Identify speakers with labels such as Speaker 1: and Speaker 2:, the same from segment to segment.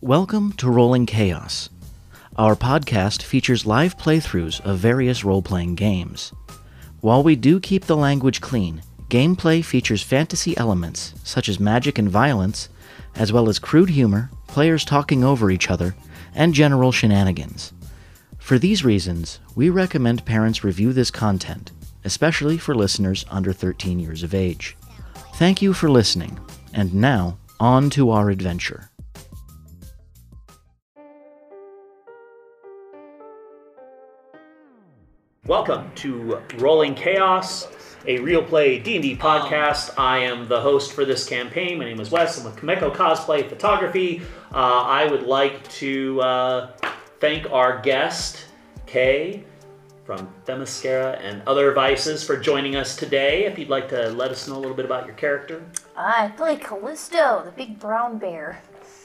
Speaker 1: Welcome to Rolling Chaos. Our podcast features live playthroughs of various role playing games. While we do keep the language clean, gameplay features fantasy elements such as magic and violence, as well as crude humor, players talking over each other, and general shenanigans. For these reasons, we recommend parents review this content, especially for listeners under 13 years of age. Thank you for listening, and now, on to our adventure.
Speaker 2: Welcome to Rolling Chaos, a real play D&D podcast. I am the host for this campaign. My name is Wes. I'm with Kameko Cosplay Photography. Uh, I would like to uh, thank our guest, Kay, from Themyscira and Other Vices for joining us today. If you'd like to let us know a little bit about your character,
Speaker 3: I play Callisto, the big brown bear.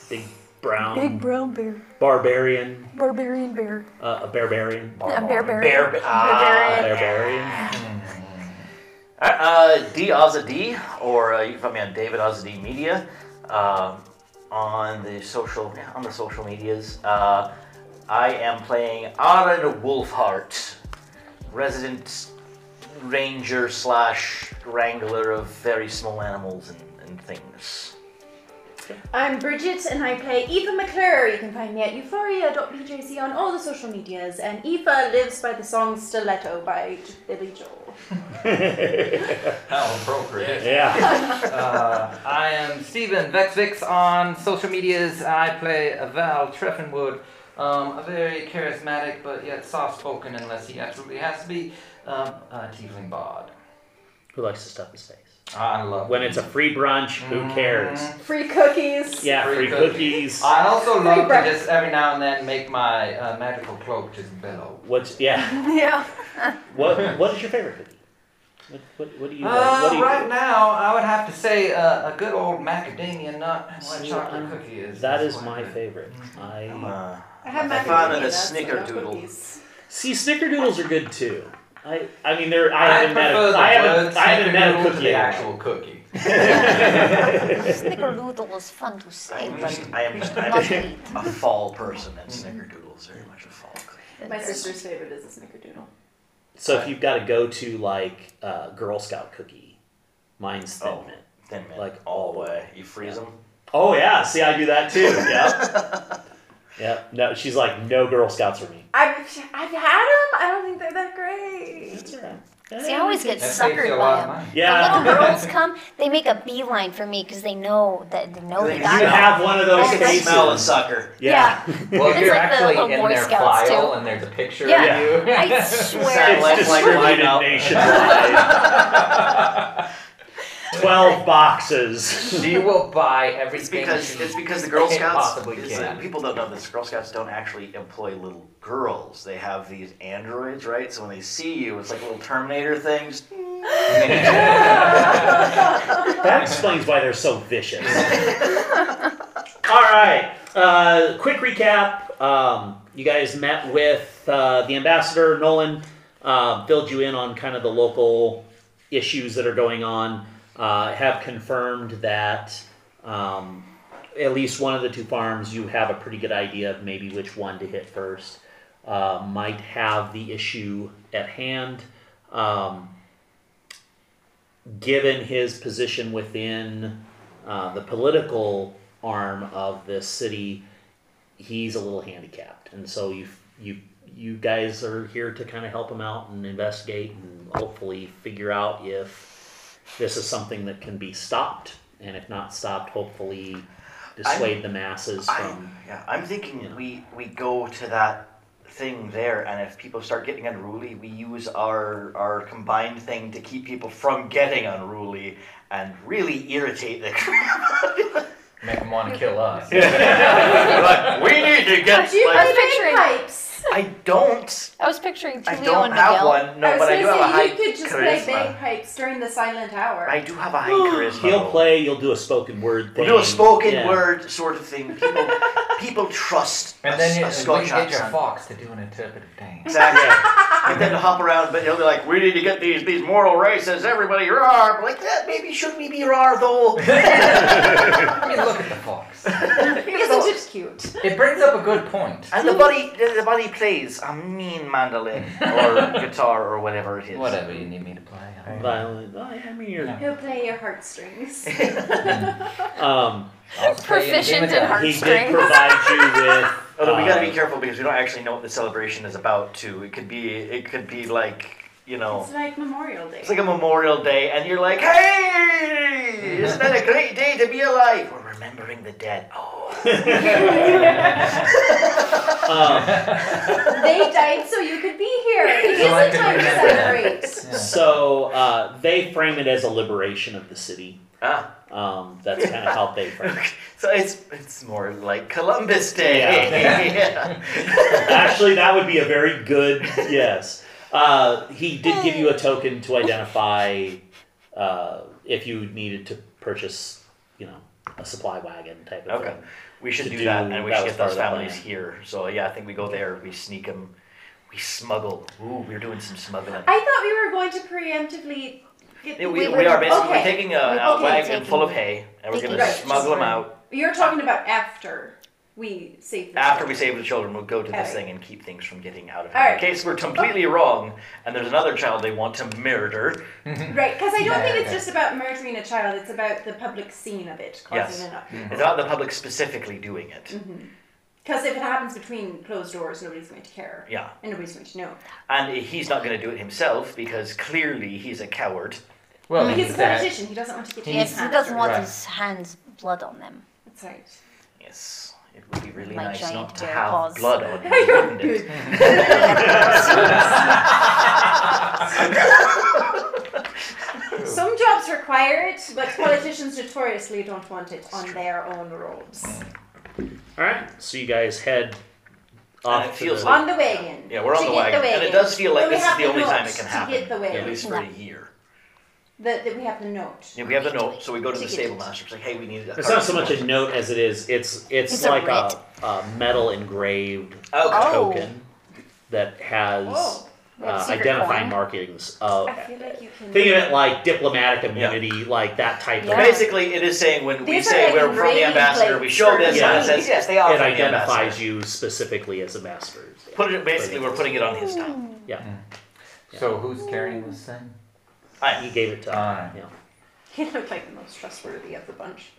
Speaker 2: big brown
Speaker 3: Big brown bear.
Speaker 2: barbarian,
Speaker 3: Barbarian bear.
Speaker 2: uh, a barbarian,
Speaker 3: A bear bear.
Speaker 4: Bear,
Speaker 2: a
Speaker 3: Barbarian.
Speaker 2: barbarian.
Speaker 4: Uh, D Ozzy or uh, you can find me on David Ozzy Media, uh, on the social, yeah, on the social medias. Uh, I am playing Aaron Wolfheart, resident ranger slash wrangler of very small animals and, and things.
Speaker 5: I'm Bridget and I play Aoife McClure. You can find me at euphoria.bjc on all the social medias, and Aoife lives by the song Stiletto by J- Billy Joel.
Speaker 6: How appropriate.
Speaker 2: Yeah,
Speaker 6: Uh, I am Steven Vexvix on social medias. I play Val Treffenwood, um, a very charismatic but yet soft spoken, unless he absolutely has to be, um, uh, Tiefling Bard.
Speaker 2: who likes to stuff his face?
Speaker 6: I love
Speaker 2: When it's a free brunch, who cares?
Speaker 5: Free cookies.
Speaker 2: Yeah, free,
Speaker 6: Free
Speaker 2: cookies.
Speaker 6: I also
Speaker 5: Free
Speaker 6: love to
Speaker 5: breakfast.
Speaker 6: just every now and then make my uh, magical cloak just bellow.
Speaker 2: What's yeah?
Speaker 3: Yeah.
Speaker 2: What what is your favorite cookie? What what, what do you like? what do
Speaker 6: Uh,
Speaker 2: you
Speaker 6: right now, I would have to say uh, a good old macadamia nut white
Speaker 2: See,
Speaker 6: chocolate
Speaker 2: I'm-
Speaker 6: cookie is.
Speaker 2: uh, That is
Speaker 6: what
Speaker 2: my
Speaker 6: I-
Speaker 2: favorite. I
Speaker 4: Uh,
Speaker 5: I have
Speaker 4: I
Speaker 5: my
Speaker 4: found it a snickerdoodle.
Speaker 2: see snickerdoodles are good too. I I mean they're I
Speaker 6: I
Speaker 2: haven't met
Speaker 6: prefer
Speaker 2: a,
Speaker 6: the
Speaker 2: I haven't
Speaker 6: word
Speaker 2: I haven't met a
Speaker 6: snickerdoodle to
Speaker 2: cookie
Speaker 6: the
Speaker 2: yet.
Speaker 6: actual cookie.
Speaker 3: Snickerdoodle is fun to say,
Speaker 4: I'm
Speaker 3: but
Speaker 4: just, I am just, I'm
Speaker 3: not
Speaker 4: just
Speaker 3: to
Speaker 4: a
Speaker 3: eat.
Speaker 4: fall person, and Snickerdoodle is very much a fall.
Speaker 5: My sister's favorite is a snickerdoodle.
Speaker 2: So if you've got to go to like uh, Girl Scout cookie, mine's thin
Speaker 4: Oh.
Speaker 2: mint.
Speaker 4: Thin mint,
Speaker 2: Like-
Speaker 4: all the way. You freeze them.
Speaker 2: Oh yeah, see I do that too. Yeah. yeah. No, she's like no Girl Scouts for me.
Speaker 5: I've, I've had them. I don't think they're that great.
Speaker 2: That's all right.
Speaker 3: See, I always get
Speaker 6: That saves you a
Speaker 3: suckered by
Speaker 6: lot of
Speaker 3: them.
Speaker 6: money.
Speaker 3: The
Speaker 2: yeah.
Speaker 3: little girls come, they make a beeline for me because they know that they know they
Speaker 4: They
Speaker 2: You
Speaker 3: got
Speaker 2: can
Speaker 3: it.
Speaker 2: have one of those
Speaker 3: I
Speaker 2: faces.
Speaker 4: Smell a sucker.
Speaker 2: Yeah.
Speaker 6: Well,
Speaker 3: It's
Speaker 6: if you're
Speaker 3: like the
Speaker 6: actually
Speaker 3: little
Speaker 6: in
Speaker 3: Boy
Speaker 6: their
Speaker 3: Scouts,
Speaker 6: file
Speaker 3: too.
Speaker 6: and there's a picture
Speaker 3: Yeah.
Speaker 6: of you.
Speaker 3: I
Speaker 4: Sound
Speaker 3: swear.
Speaker 4: like-
Speaker 2: It's
Speaker 4: like
Speaker 2: distributed
Speaker 4: lineup.
Speaker 2: nationwide. Twelve boxes.
Speaker 6: she will buy
Speaker 4: It's
Speaker 6: everything.
Speaker 4: because
Speaker 6: she-
Speaker 4: it's because the Girl
Speaker 6: It
Speaker 4: Scouts.
Speaker 6: possibly
Speaker 4: is-
Speaker 6: can.
Speaker 4: People don't know this. Girl Scouts don't actually employ little girls. They have these androids, right? So when they see you, it's like little Terminator things.
Speaker 2: That explains why they're so vicious. All right. Uh, quick recap. Um, you guys met with uh, the ambassador Nolan. Uh, filled you in on kind of the local issues that are going on. Uh, have confirmed that um, at least one of the two farms you have a pretty good idea of maybe which one to hit first. Uh, might have the issue at hand. Um, given his position within uh, the political arm of this city, he's a little handicapped, and so you you you guys are here to kind of help him out and investigate and hopefully figure out if this is something that can be stopped, and if not stopped, hopefully dissuade the masses
Speaker 4: I'm,
Speaker 2: from.
Speaker 4: yeah, I'm thinking
Speaker 2: Yeah.
Speaker 4: we we go to that thing there, and if people start getting unruly, we use our our combined thing to keep people from getting unruly and really irritate the crowd.
Speaker 6: Make them want to kill us.
Speaker 4: like, we need to get.
Speaker 5: Do you
Speaker 4: like-
Speaker 5: have
Speaker 3: picturing-
Speaker 5: bagpipes?
Speaker 4: I don't.
Speaker 3: I was picturing
Speaker 4: I
Speaker 3: Julio
Speaker 4: don't
Speaker 3: and
Speaker 4: have
Speaker 3: Miguel.
Speaker 4: one. No,
Speaker 5: I was
Speaker 4: but
Speaker 5: gonna
Speaker 4: I do have a high
Speaker 5: say you could just
Speaker 4: charisma.
Speaker 5: play bagpipes during the silent hour.
Speaker 4: I do have a high charisma.
Speaker 2: He'll
Speaker 4: though.
Speaker 2: play. You'll do a spoken word thing.
Speaker 4: We'll do a spoken
Speaker 2: Yeah.
Speaker 4: word sort of thing. People, people trust a,
Speaker 6: And then you,
Speaker 4: a
Speaker 6: and
Speaker 4: Scotch
Speaker 6: then you get your
Speaker 4: accent.
Speaker 6: fox to do an interpretive dance.
Speaker 4: Exactly.
Speaker 2: Yeah.
Speaker 4: and then hop around, but he'll be like, "We need to get these these moral races. Everybody, rar!" Like that. Maybe should we be rar though?
Speaker 6: I mean, look at the fox.
Speaker 5: Because it just cute.
Speaker 6: It brings up a good point.
Speaker 4: And the buddy, the the buddy plays a mean mandolin or guitar or whatever it is.
Speaker 6: Whatever you need me to play. I'll-
Speaker 2: Violin. I mean, you're.
Speaker 5: He'll play your heartstrings.
Speaker 2: Um,
Speaker 6: I'll play you a
Speaker 7: Proficient
Speaker 6: game of
Speaker 7: in
Speaker 6: that.
Speaker 7: heart-
Speaker 2: he did
Speaker 7: Heartstrings.
Speaker 2: provide you with.
Speaker 4: Although we gotta
Speaker 2: uh,
Speaker 4: be careful because we don't actually know what the celebration is about. Too, it could be, it could be like, you know,
Speaker 5: It's like Memorial Day.
Speaker 4: it's like a Memorial Day, and you're like, hey, isn't that a great day to be alive? We're remembering the dead. Oh.
Speaker 2: um,
Speaker 5: they died so you could be here. It
Speaker 6: So I
Speaker 5: is a
Speaker 6: could
Speaker 5: time to
Speaker 6: remember that.
Speaker 5: celebrate.
Speaker 6: Yeah.
Speaker 2: so uh, they frame it as a liberation of the city.
Speaker 4: Ah,
Speaker 2: Um, that's kind of how they frame it.
Speaker 4: so it's it's more like Columbus Day.
Speaker 2: Actually, that would be a very good yes. Uh, he did give you a token to identify uh, if you needed to purchase, you know, a supply wagon type of
Speaker 4: Okay.
Speaker 2: thing.
Speaker 4: We should
Speaker 2: to
Speaker 4: do,
Speaker 2: do-
Speaker 4: that, and we
Speaker 2: that
Speaker 4: should
Speaker 2: was
Speaker 4: get
Speaker 2: part
Speaker 4: those
Speaker 2: of the plan.
Speaker 4: families here. So yeah, I think we go there. We sneak them. We smuggle. Ooh, we're doing some smuggling.
Speaker 5: I thought we were going to preemptively get the
Speaker 4: Yeah, we,
Speaker 3: we
Speaker 4: we,
Speaker 3: were-
Speaker 4: are basically
Speaker 5: okay.
Speaker 4: taking a, a
Speaker 5: Okay,
Speaker 4: wagon
Speaker 3: taking-
Speaker 4: full of hay, and we're
Speaker 3: taking
Speaker 4: going
Speaker 5: Right,
Speaker 4: to
Speaker 5: just
Speaker 4: smuggle them
Speaker 3: right.
Speaker 4: out.
Speaker 5: You're talking about after we save the
Speaker 4: After we save the children, we'll go to this
Speaker 5: Okay.
Speaker 4: thing and keep things from getting out of
Speaker 5: All
Speaker 4: hand. In
Speaker 5: right.
Speaker 4: case we're completely wrong, and there's another child they want to murder.
Speaker 5: Right, because I don't
Speaker 6: Yeah,
Speaker 5: think it's
Speaker 6: okay.
Speaker 5: just about murdering a child, it's about the public scene of it causing an uproar.
Speaker 4: It's not the public specifically doing it.
Speaker 3: Mm-hmm.
Speaker 5: Because if it happens between closed doors, nobody's going to care.
Speaker 4: Yeah,
Speaker 5: And nobody's going to know.
Speaker 4: and he's not going to do it himself because clearly he's a coward.
Speaker 6: Well,
Speaker 5: He's a
Speaker 6: he's that.
Speaker 5: politician, he doesn't want to get
Speaker 6: He's-
Speaker 3: Yes,
Speaker 5: his
Speaker 3: he
Speaker 5: hands
Speaker 3: doesn't
Speaker 5: dirty.
Speaker 3: want
Speaker 6: Right.
Speaker 3: his hands blood on them.
Speaker 5: That's right.
Speaker 4: Yes, it would be really
Speaker 3: My
Speaker 4: nice
Speaker 3: giant
Speaker 4: not to
Speaker 3: bear
Speaker 4: have
Speaker 3: paws.
Speaker 4: blood on you, wouldn't it?
Speaker 5: Good. Some jobs require it, but politicians notoriously don't want it on their own robes.
Speaker 4: Mm-hmm.
Speaker 2: All right, so you guys head
Speaker 4: it
Speaker 2: off.
Speaker 4: feels
Speaker 2: to the,
Speaker 5: On the wagon.
Speaker 4: Yeah, we're on
Speaker 5: To
Speaker 4: the
Speaker 5: get
Speaker 4: wagon, and it does feel like
Speaker 5: But we
Speaker 4: this is
Speaker 5: have
Speaker 4: the only
Speaker 5: note
Speaker 4: time it can happen.
Speaker 5: To get the
Speaker 4: At
Speaker 5: wagon.
Speaker 4: least for a year.
Speaker 5: That that we have the note.
Speaker 4: Yeah, we have the note, so we go to the
Speaker 5: Ticket.
Speaker 4: stable master. It's like, hey, we need. A
Speaker 2: It's not so much a note as it is. It's it's,
Speaker 3: It's a
Speaker 2: like a, a metal engraved
Speaker 4: Oh,
Speaker 3: Oh.
Speaker 2: token that has
Speaker 5: Whoa.
Speaker 3: Like
Speaker 2: uh,
Speaker 3: secret
Speaker 2: identifying
Speaker 3: coin?
Speaker 2: markings
Speaker 4: Oh.
Speaker 2: of.
Speaker 5: I feel like you can.
Speaker 2: Think of it like diplomatic immunity, like that type
Speaker 3: Yeah.
Speaker 2: of.
Speaker 4: Basically, it is saying when we
Speaker 5: These are
Speaker 4: say
Speaker 5: like
Speaker 4: we're from the
Speaker 5: engraving
Speaker 4: ambassador, we
Speaker 5: plates
Speaker 4: show
Speaker 5: for
Speaker 4: this, and it
Speaker 2: Yeah.
Speaker 4: says yes, they are
Speaker 2: It
Speaker 4: from the
Speaker 2: identifies
Speaker 4: ambassador.
Speaker 2: you specifically as a master.
Speaker 4: Put it basically, we're putting it on his tongue.
Speaker 6: So who's carrying this thing?
Speaker 2: He gave it to.
Speaker 6: Alright.
Speaker 2: you know.
Speaker 5: He looked like the most trustworthy of the bunch.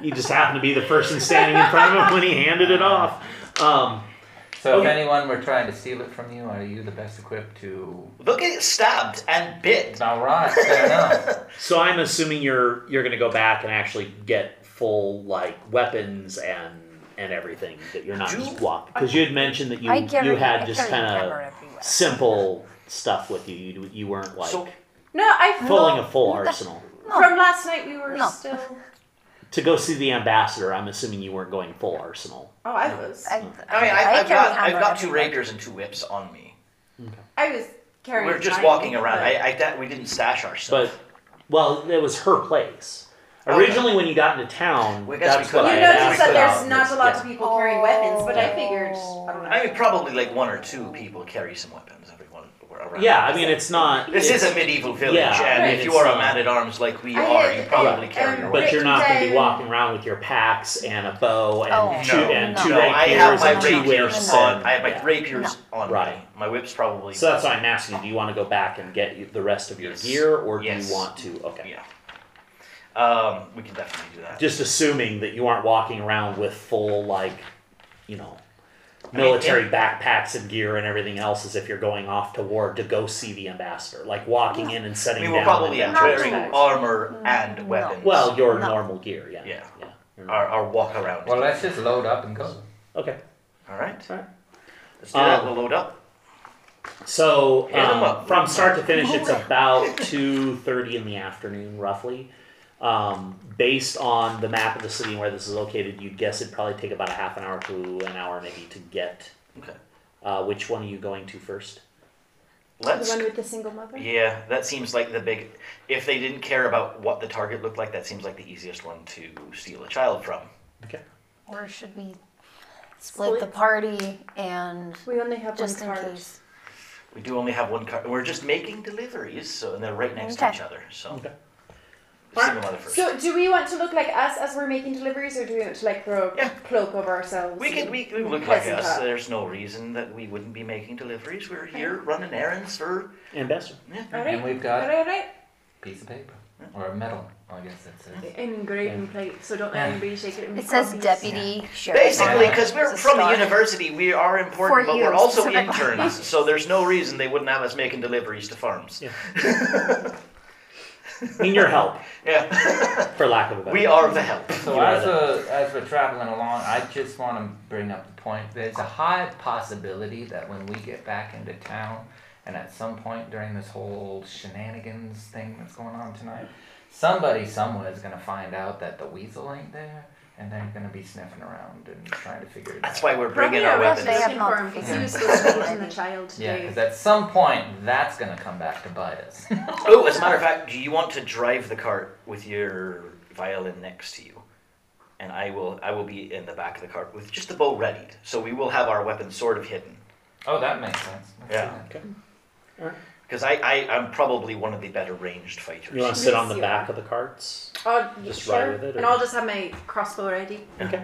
Speaker 2: He just happened to be the person standing in front of him when he handed it off. Um,
Speaker 3: Oh,
Speaker 6: So if
Speaker 2: Okay.
Speaker 6: anyone were trying to steal it from you, are you the best equipped to?
Speaker 4: Look at it stabbed and bit.
Speaker 6: All right, fair enough.
Speaker 2: so I'm assuming you're you're gonna go back and actually get full like weapons and and everything that you're not
Speaker 4: Do-
Speaker 2: just walk because you had mentioned that you
Speaker 3: I carry,
Speaker 2: you had
Speaker 3: I
Speaker 2: just
Speaker 3: carry
Speaker 2: kind
Speaker 3: pepper
Speaker 2: of
Speaker 3: everywhere.
Speaker 2: simple stuff with you. You you weren't like
Speaker 4: So
Speaker 5: No, I
Speaker 2: pulling a full
Speaker 3: No.
Speaker 2: arsenal.
Speaker 5: From last night, we were
Speaker 3: No.
Speaker 5: still.
Speaker 2: To go see the ambassador, I'm assuming you weren't going full arsenal.
Speaker 5: Oh, I was.
Speaker 3: I,
Speaker 4: I mean, I, I've
Speaker 3: carry
Speaker 4: got I've
Speaker 3: hammer
Speaker 4: got two
Speaker 3: everywhere.
Speaker 4: rapiers and two whips on me.
Speaker 5: I was carrying.
Speaker 4: We're just
Speaker 5: mine,
Speaker 4: walking around.
Speaker 5: but-
Speaker 4: I, I that we didn't stash our stuff.
Speaker 2: But well, it was her place.
Speaker 4: Okay.
Speaker 2: Originally, when you got into town,
Speaker 4: We guess we
Speaker 2: that's
Speaker 4: could-
Speaker 2: what I
Speaker 5: you
Speaker 2: had
Speaker 5: noticed
Speaker 2: asked
Speaker 5: that
Speaker 2: about.
Speaker 5: there's not a lot
Speaker 2: Yeah.
Speaker 5: of people carrying weapons, but I figured. I don't know.
Speaker 4: I mean, probably like one or two people carry some weapons. Everyone around.
Speaker 2: Yeah, I mean, it's not.
Speaker 4: This
Speaker 2: it's-
Speaker 4: is a medieval village,
Speaker 2: Yeah,
Speaker 4: and
Speaker 2: right,
Speaker 4: if you
Speaker 2: it's
Speaker 4: are a
Speaker 2: not-
Speaker 4: man at arms like we
Speaker 5: I
Speaker 4: are,
Speaker 5: had-
Speaker 4: you probably
Speaker 5: um,
Speaker 4: carry your
Speaker 5: um,
Speaker 4: weapon.
Speaker 2: But you're not going to be
Speaker 5: Breakdown.
Speaker 2: walking around with your packs and a bow and
Speaker 3: Oh.
Speaker 2: two
Speaker 4: No.
Speaker 2: and two
Speaker 4: no, I
Speaker 2: rapiers
Speaker 4: have my
Speaker 2: and two
Speaker 4: rapiers
Speaker 2: whips.
Speaker 4: on.
Speaker 2: and-
Speaker 4: I have my
Speaker 2: yeah.
Speaker 4: rapiers on. me.
Speaker 2: Right.
Speaker 4: My whip's probably.
Speaker 2: So that's why I'm asking. Do you want to go back and get the rest of your
Speaker 4: Yes.
Speaker 2: gear, or do
Speaker 4: Yes.
Speaker 2: you want to? Okay.
Speaker 4: Yeah. Um, we can definitely do that.
Speaker 2: Just assuming that you aren't walking around with full like, you know,
Speaker 4: mean,
Speaker 2: military backpacks and gear and everything else, as if you're going off to war to go see the ambassador. Like walking in and
Speaker 4: I
Speaker 2: setting
Speaker 4: mean,
Speaker 2: down.
Speaker 4: we're probably
Speaker 2: and-
Speaker 3: not
Speaker 4: wearing
Speaker 3: too much. Mm.
Speaker 4: armor and weapons.
Speaker 2: well, your
Speaker 3: No.
Speaker 2: normal gear. Yeah.
Speaker 4: Yeah.
Speaker 2: yeah.
Speaker 4: our, our walk around.
Speaker 6: Well, let's just load up and go.
Speaker 2: Okay.
Speaker 4: All right.
Speaker 2: All right.
Speaker 4: Let's do that.
Speaker 2: Um,
Speaker 4: We'll load up.
Speaker 2: So
Speaker 4: Hit 'em
Speaker 2: um,
Speaker 4: up.
Speaker 2: from start to finish, it's about two thirty in the afternoon, roughly. Um, based on the map of the city and where this is located, you'd guess it'd probably take about a half an hour to an hour, maybe, to get.
Speaker 4: Okay.
Speaker 2: Uh, which one are you going to first?
Speaker 5: the
Speaker 4: Let's.
Speaker 5: one with the single mother.
Speaker 4: Yeah, that seems like the big. If they didn't care about what the target looked like, that seems like the easiest one to steal a child from.
Speaker 3: Or should we split the party and
Speaker 5: We only have
Speaker 3: just
Speaker 5: one
Speaker 3: in
Speaker 5: card.
Speaker 3: case?
Speaker 4: We do only have one car. We're just making deliveries, so and they're right next to
Speaker 3: Okay.
Speaker 4: each other. So
Speaker 2: Okay.
Speaker 4: Steven leather first.
Speaker 5: So, do we want to look like us as we're making deliveries, or do we want to like throw a
Speaker 4: Yeah.
Speaker 5: cloak over ourselves?
Speaker 4: We can we, we look like
Speaker 5: Yes,
Speaker 4: us.
Speaker 5: uh,
Speaker 4: There's no reason that we wouldn't be making deliveries. We're here running errands for.
Speaker 2: Ambassador.
Speaker 4: Uh,
Speaker 5: All right.
Speaker 6: And we've
Speaker 5: All
Speaker 6: got
Speaker 5: right, all right.
Speaker 6: a piece of paper. Or a metal, I guess that's it.
Speaker 5: An engraving plate, so don't let
Speaker 6: Yeah.
Speaker 5: anybody shake it. and
Speaker 3: It says
Speaker 5: copies.
Speaker 3: deputy sheriff.
Speaker 4: Basically,
Speaker 6: Yeah.
Speaker 4: because we're
Speaker 3: It's a
Speaker 4: from the
Speaker 3: star.
Speaker 4: university, we are
Speaker 3: For
Speaker 4: important, but
Speaker 3: you,
Speaker 4: we're also
Speaker 3: specifically.
Speaker 4: interns. So there's no reason they wouldn't have us making deliveries to farms.
Speaker 2: Need your help,
Speaker 4: Yeah,
Speaker 2: for lack of a better.
Speaker 4: we are the help.
Speaker 6: So
Speaker 2: You are
Speaker 6: as we're, as we're traveling along, I just want to bring up the point that it's a high possibility that when we get back into town, and at some point during this whole shenanigans thing that's going on tonight, somebody somewhere is going to find out that the weasel ain't there, and they're going to be sniffing around and trying to figure it out.
Speaker 4: That's why we're
Speaker 5: Probably
Speaker 4: bringing our
Speaker 5: our
Speaker 4: weapons.
Speaker 5: they
Speaker 3: They
Speaker 5: have
Speaker 3: have not
Speaker 5: because he was
Speaker 3: figured
Speaker 5: supposed to
Speaker 3: it
Speaker 5: be
Speaker 3: out.
Speaker 5: eating the child
Speaker 6: Yeah,
Speaker 5: today.
Speaker 6: because at some point that's going to come back to bite us.
Speaker 4: Oh, as a matter of fact, do you want to drive the cart with your violin next to you? And I will I will be in the back of the cart with just the bow readied. So we will have our weapons sort of hidden.
Speaker 6: oh, that makes sense. Let's do
Speaker 4: Yeah.
Speaker 6: that.
Speaker 4: Because I, I, I'm probably one of the better ranged fighters.
Speaker 2: You want to sit on the back of the carts,
Speaker 5: I'll,
Speaker 2: Just
Speaker 5: Oh, sure.
Speaker 2: ride with it,
Speaker 5: and
Speaker 2: or-
Speaker 5: I'll just have my crossbow ready.
Speaker 2: and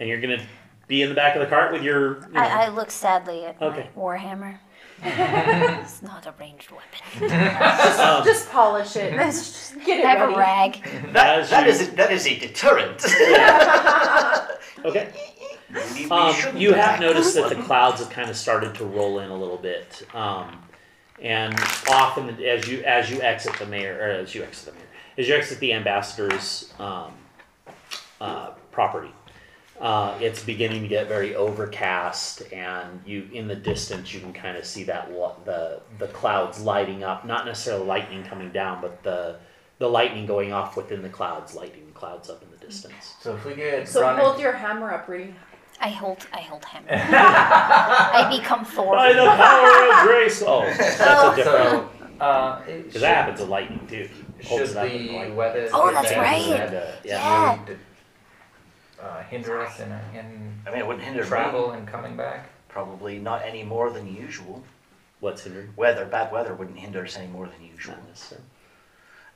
Speaker 2: you're gonna be in the back of the cart with your. you know-
Speaker 3: I, I look sadly at
Speaker 2: Okay.
Speaker 3: my warhammer. it's not a ranged weapon.
Speaker 2: Um,
Speaker 5: Just polish it.
Speaker 3: It's just-
Speaker 5: Get it
Speaker 3: I have
Speaker 5: ready.
Speaker 3: a rag.
Speaker 4: That,
Speaker 2: As
Speaker 4: that,
Speaker 2: you-
Speaker 4: is a, that is a deterrent.
Speaker 2: okay.
Speaker 4: We- we
Speaker 2: Um,
Speaker 4: shouldn't
Speaker 2: you have
Speaker 4: attack
Speaker 2: noticed that
Speaker 4: this
Speaker 2: the
Speaker 4: one.
Speaker 2: clouds have kind of started to roll in a little bit, um, and often as you as you exit the mayor, or as you exit the mayor, as you exit the ambassador's um, uh, property, uh, it's beginning to get very overcast, and you in the distance you can kind of see that wa- the the clouds lighting up, not necessarily lightning coming down, but the the lightning going off within the clouds, lighting the clouds up in the distance.
Speaker 6: So if we get
Speaker 5: So
Speaker 6: running,
Speaker 5: hold your hammer up really high.
Speaker 3: I hold I hold hammer. I become Thor.
Speaker 2: By the power of grace. Oh, that's a different.
Speaker 6: so uh, it
Speaker 2: Because
Speaker 6: should,
Speaker 2: that happens with lightning too.
Speaker 6: should
Speaker 2: Opens it up and
Speaker 6: the
Speaker 2: lightning.
Speaker 6: weather.
Speaker 3: Oh,
Speaker 6: get
Speaker 3: that's
Speaker 6: back
Speaker 3: right.
Speaker 6: to that, uh,
Speaker 3: Yeah.
Speaker 6: move to, uh, hinder us in, in
Speaker 4: I mean, it wouldn't hinder me.
Speaker 6: travel and coming back.
Speaker 4: Probably not any more than usual.
Speaker 2: What's hindering?
Speaker 4: Weather, bad weather wouldn't hinder us any more than usual.
Speaker 2: Not necessarily.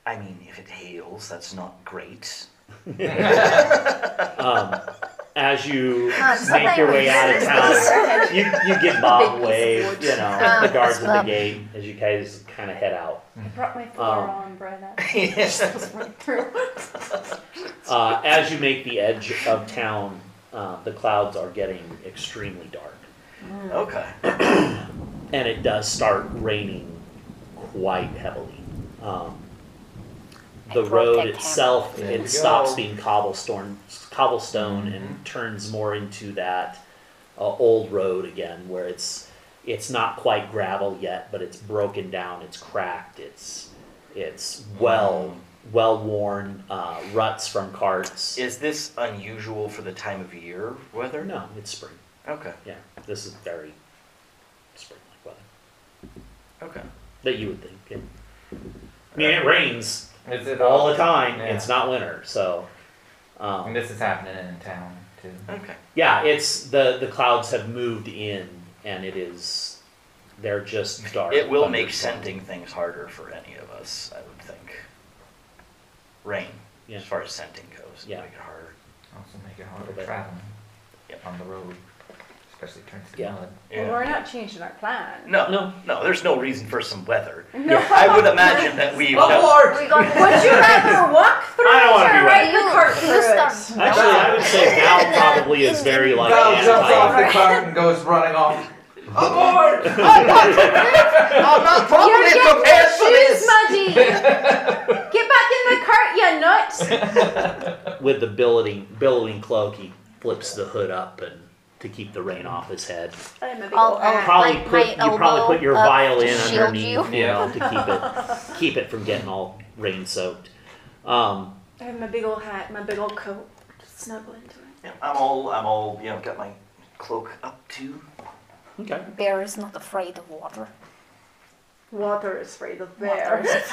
Speaker 4: I mean, if it hails, that's not great.
Speaker 2: Um, as you
Speaker 3: Not
Speaker 2: make your way out of
Speaker 3: something-
Speaker 2: town, you, you give Bob a wave,
Speaker 5: wood.
Speaker 2: you know,
Speaker 3: Ah,
Speaker 2: the guards at the
Speaker 3: Bob.
Speaker 2: gate as you guys kind of head out.
Speaker 5: I brought my
Speaker 2: Um,
Speaker 5: floral umbrella.
Speaker 4: Yes.
Speaker 5: Went through.
Speaker 2: Uh, as you make the edge of town, uh, the clouds are getting extremely dark.
Speaker 4: okay.
Speaker 2: and it does start raining quite heavily. Um, the
Speaker 3: I
Speaker 2: road
Speaker 3: protect
Speaker 2: itself
Speaker 6: There we
Speaker 2: it stops
Speaker 6: go. Mm-hmm.
Speaker 2: being cobblestone cobblestone and turns more into that uh, old road again where it's it's not quite gravel yet but it's broken down it's cracked it's it's well
Speaker 6: Mm-hmm.
Speaker 2: well worn uh, ruts from carts
Speaker 4: Is this unusual for the time of year weather?
Speaker 2: no it's spring
Speaker 4: Okay.
Speaker 2: yeah this is very spring like weather
Speaker 4: Okay.
Speaker 2: that you would think yeah. I mean, it rains
Speaker 6: Is it
Speaker 2: all the time.
Speaker 6: Yeah.
Speaker 2: It's not winter, so
Speaker 6: And
Speaker 2: um,
Speaker 6: this is happening in town too.
Speaker 4: Okay.
Speaker 2: yeah, it's the the clouds have moved in, and it is they're just dark.
Speaker 4: It will make
Speaker 2: thunderstorms.
Speaker 4: sending things harder for any of us, I would think. Rain,
Speaker 2: Yeah.
Speaker 4: as far as sending goes,
Speaker 2: Yeah.
Speaker 4: make it harder.
Speaker 6: Also make it harder
Speaker 2: Little bit.
Speaker 6: traveling
Speaker 4: Yep.
Speaker 6: on the road, especially turns to
Speaker 2: Yeah.
Speaker 6: mud.
Speaker 5: Well, we're not changing our plan.
Speaker 4: No,
Speaker 2: No.
Speaker 4: no, no. There's no reason for some weather.
Speaker 5: No.
Speaker 4: I would imagine that we. No,
Speaker 3: We got
Speaker 5: Would you rather walk through
Speaker 2: I don't wanna
Speaker 5: it
Speaker 2: be
Speaker 5: or ride
Speaker 3: You-
Speaker 5: the cart
Speaker 3: you
Speaker 5: through
Speaker 3: start
Speaker 5: it?
Speaker 2: Actually, I would say Val probably is very like
Speaker 6: Val jumps
Speaker 2: anti-
Speaker 6: off the cart and goes running off. Aboard!
Speaker 4: I'm not
Speaker 5: You're
Speaker 4: properly
Speaker 5: getting
Speaker 4: prepared for
Speaker 5: your shoes
Speaker 4: this.
Speaker 5: muddy. Get back in the cart, you nut.
Speaker 2: with the billowing billowing cloak. He flips the hood up and to keep the rain off his head.
Speaker 5: I'm a big
Speaker 3: I'll-
Speaker 5: old
Speaker 3: I'll-
Speaker 5: ass.
Speaker 2: Probably
Speaker 3: Like my
Speaker 2: put you probably put your
Speaker 3: elbow up to
Speaker 2: violin
Speaker 3: shield
Speaker 2: underneath, you,
Speaker 3: you.
Speaker 2: know, to keep it keep it from getting all rain soaked. Um,
Speaker 5: I have my big old hat, my big old coat. Just snuggle into it.
Speaker 4: Yeah, I'm all, I'm all, you know, got my cloak up too.
Speaker 2: okay.
Speaker 3: Bear is not afraid of water.
Speaker 5: Water is afraid of
Speaker 3: Water
Speaker 5: bears.
Speaker 3: is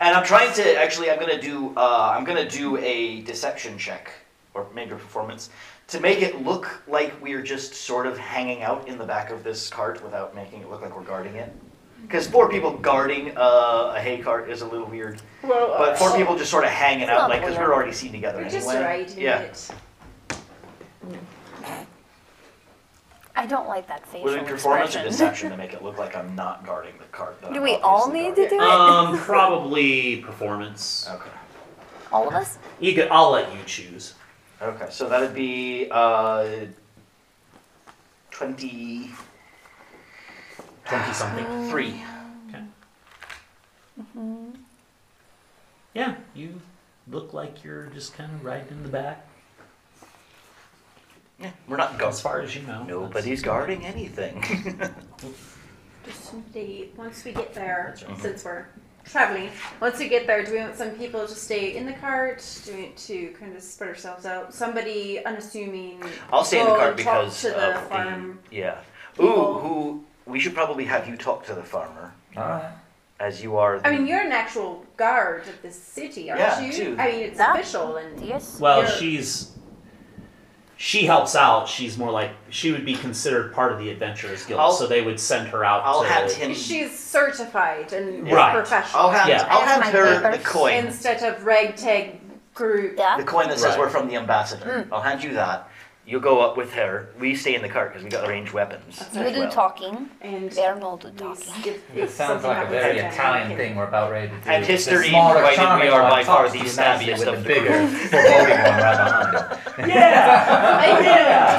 Speaker 4: And I'm trying to actually. I'm gonna do. Uh, I'm gonna do a deception check, or maybe a performance, to make it look like we're just sort of hanging out in the back of this cart without making it look like we're guarding it. Because four people guarding uh, a hay cart is a little weird.
Speaker 5: Well,
Speaker 4: But four people just sort of hanging out,
Speaker 3: not
Speaker 4: like, because
Speaker 3: weird.
Speaker 4: we're already seen together
Speaker 5: We're
Speaker 4: anyway.
Speaker 5: just riding
Speaker 4: Yeah.
Speaker 5: it.
Speaker 3: I don't like that facial
Speaker 4: Was it performance or
Speaker 3: expression.
Speaker 4: deception to make it look like I'm not guarding the cart? that
Speaker 3: Do
Speaker 4: I'm
Speaker 3: we all
Speaker 4: obviously
Speaker 3: need to do
Speaker 4: guarding?
Speaker 2: Um,
Speaker 3: it?
Speaker 2: probably performance.
Speaker 3: All of us?
Speaker 2: You could, I'll let you choose.
Speaker 4: Okay. Okay. So that'd be uh, 20.
Speaker 2: 20 something.
Speaker 5: Um,
Speaker 4: Three.
Speaker 2: Mm-hmm. Yeah, you look like you're just kind of riding in the back
Speaker 4: We're not
Speaker 2: as
Speaker 4: guarding.
Speaker 2: far as you know.
Speaker 4: Nobody's guarding anything.
Speaker 5: Just simply, once we get there,
Speaker 2: That's right.
Speaker 5: since we're traveling, once we get there, do we want some people to stay in the cart? Do we want to kind of spread ourselves out? Somebody unassuming.
Speaker 4: I'll stay in the
Speaker 5: go
Speaker 4: cart
Speaker 5: talk
Speaker 4: because
Speaker 5: to the
Speaker 4: of
Speaker 5: farm.
Speaker 4: the yeah. Ooh,
Speaker 5: people.
Speaker 4: who we should probably have you talk to the farmer,
Speaker 6: Alright.
Speaker 4: as you are. The,
Speaker 5: I mean, you're an actual guard of this city, aren't
Speaker 4: Yeah,
Speaker 5: you?
Speaker 4: too.
Speaker 5: I mean, it's
Speaker 3: That-
Speaker 5: official and
Speaker 3: Yes.
Speaker 2: Well,
Speaker 5: You're-
Speaker 2: she's. She helps out. She's more like she would be considered part of the Adventurers Guild,
Speaker 4: I'll-
Speaker 2: so they would send her out.
Speaker 4: I'll
Speaker 2: to,
Speaker 4: hand
Speaker 3: Mm.
Speaker 4: him.
Speaker 5: she's certified and
Speaker 2: Right.
Speaker 5: professional
Speaker 4: I'll hand.
Speaker 2: Yeah.
Speaker 4: I'll
Speaker 3: I have
Speaker 4: hand
Speaker 3: my
Speaker 4: her the
Speaker 3: papers.
Speaker 4: coin,
Speaker 5: instead of ragtag group.
Speaker 3: Yeah.
Speaker 4: the coin that says
Speaker 2: Right.
Speaker 4: we're from the ambassador. I'll hand you that. You'll go up with her. We stay in the cart because we got arranged weapons.
Speaker 5: That's
Speaker 3: You
Speaker 4: as
Speaker 3: do
Speaker 4: well.
Speaker 3: talking.
Speaker 5: And
Speaker 3: They are not
Speaker 5: we
Speaker 3: talking.
Speaker 5: skip-
Speaker 6: It sounds
Speaker 5: something
Speaker 6: like a
Speaker 5: happens
Speaker 6: very
Speaker 5: again.
Speaker 6: Italian thing we're about ready to do.
Speaker 4: And
Speaker 6: The
Speaker 4: history
Speaker 6: smaller
Speaker 4: provided we
Speaker 6: charming
Speaker 4: are
Speaker 6: one
Speaker 4: by far
Speaker 6: talks to
Speaker 4: the
Speaker 6: you nicely
Speaker 4: savviest
Speaker 6: with
Speaker 4: of
Speaker 6: the
Speaker 4: the
Speaker 6: bigger, foreboding one right behind him.
Speaker 2: Yeah.
Speaker 5: I know